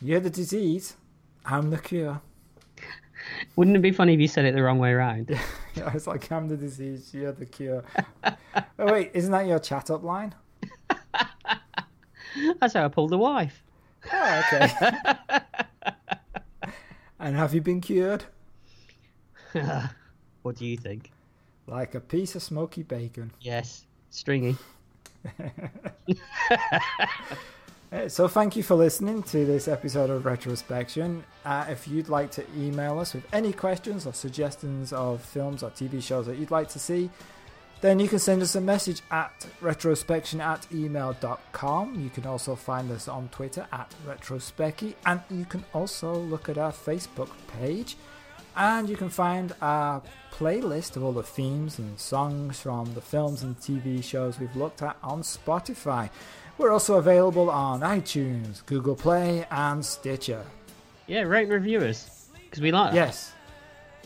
Speaker 1: You're the disease, I'm the cure.
Speaker 2: Wouldn't it be funny if you said it the wrong way around?
Speaker 1: I was like, I'm the disease, you're the cure. oh, wait, isn't that your chat up line?
Speaker 2: That's how I pulled the wife.
Speaker 1: Oh, okay. and have you been cured?
Speaker 2: What do you think?
Speaker 1: Like a piece of smoky bacon.
Speaker 2: Yes, stringy.
Speaker 1: Uh, So, thank you for listening to this episode of Retrospection. Uh, if you'd like to email us with any questions or suggestions of films or TV shows that you'd like to see, then you can send us a message at retrospection at email.com. You can also find us on Twitter at retrospecky, and you can also look at our Facebook page. And you can find our playlist of all the themes and songs from the films and TV shows we've looked at on Spotify. We're also available on iTunes, Google Play, and Stitcher.
Speaker 2: Yeah, rate and review us because we like. that.
Speaker 1: Yes.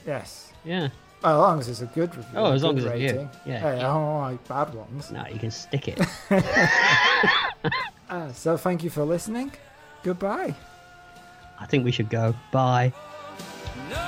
Speaker 1: Yes.
Speaker 2: Yeah.
Speaker 1: Well, as long as it's a good review.
Speaker 2: Oh,
Speaker 1: a
Speaker 2: as long
Speaker 1: good
Speaker 2: as it's you.
Speaker 1: rating.
Speaker 2: Yeah,
Speaker 1: Hey,
Speaker 2: yeah.
Speaker 1: I don't like bad ones.
Speaker 2: No, you can stick it.
Speaker 1: Uh, so thank you for listening. Goodbye.
Speaker 2: I think we should go. Bye.
Speaker 3: No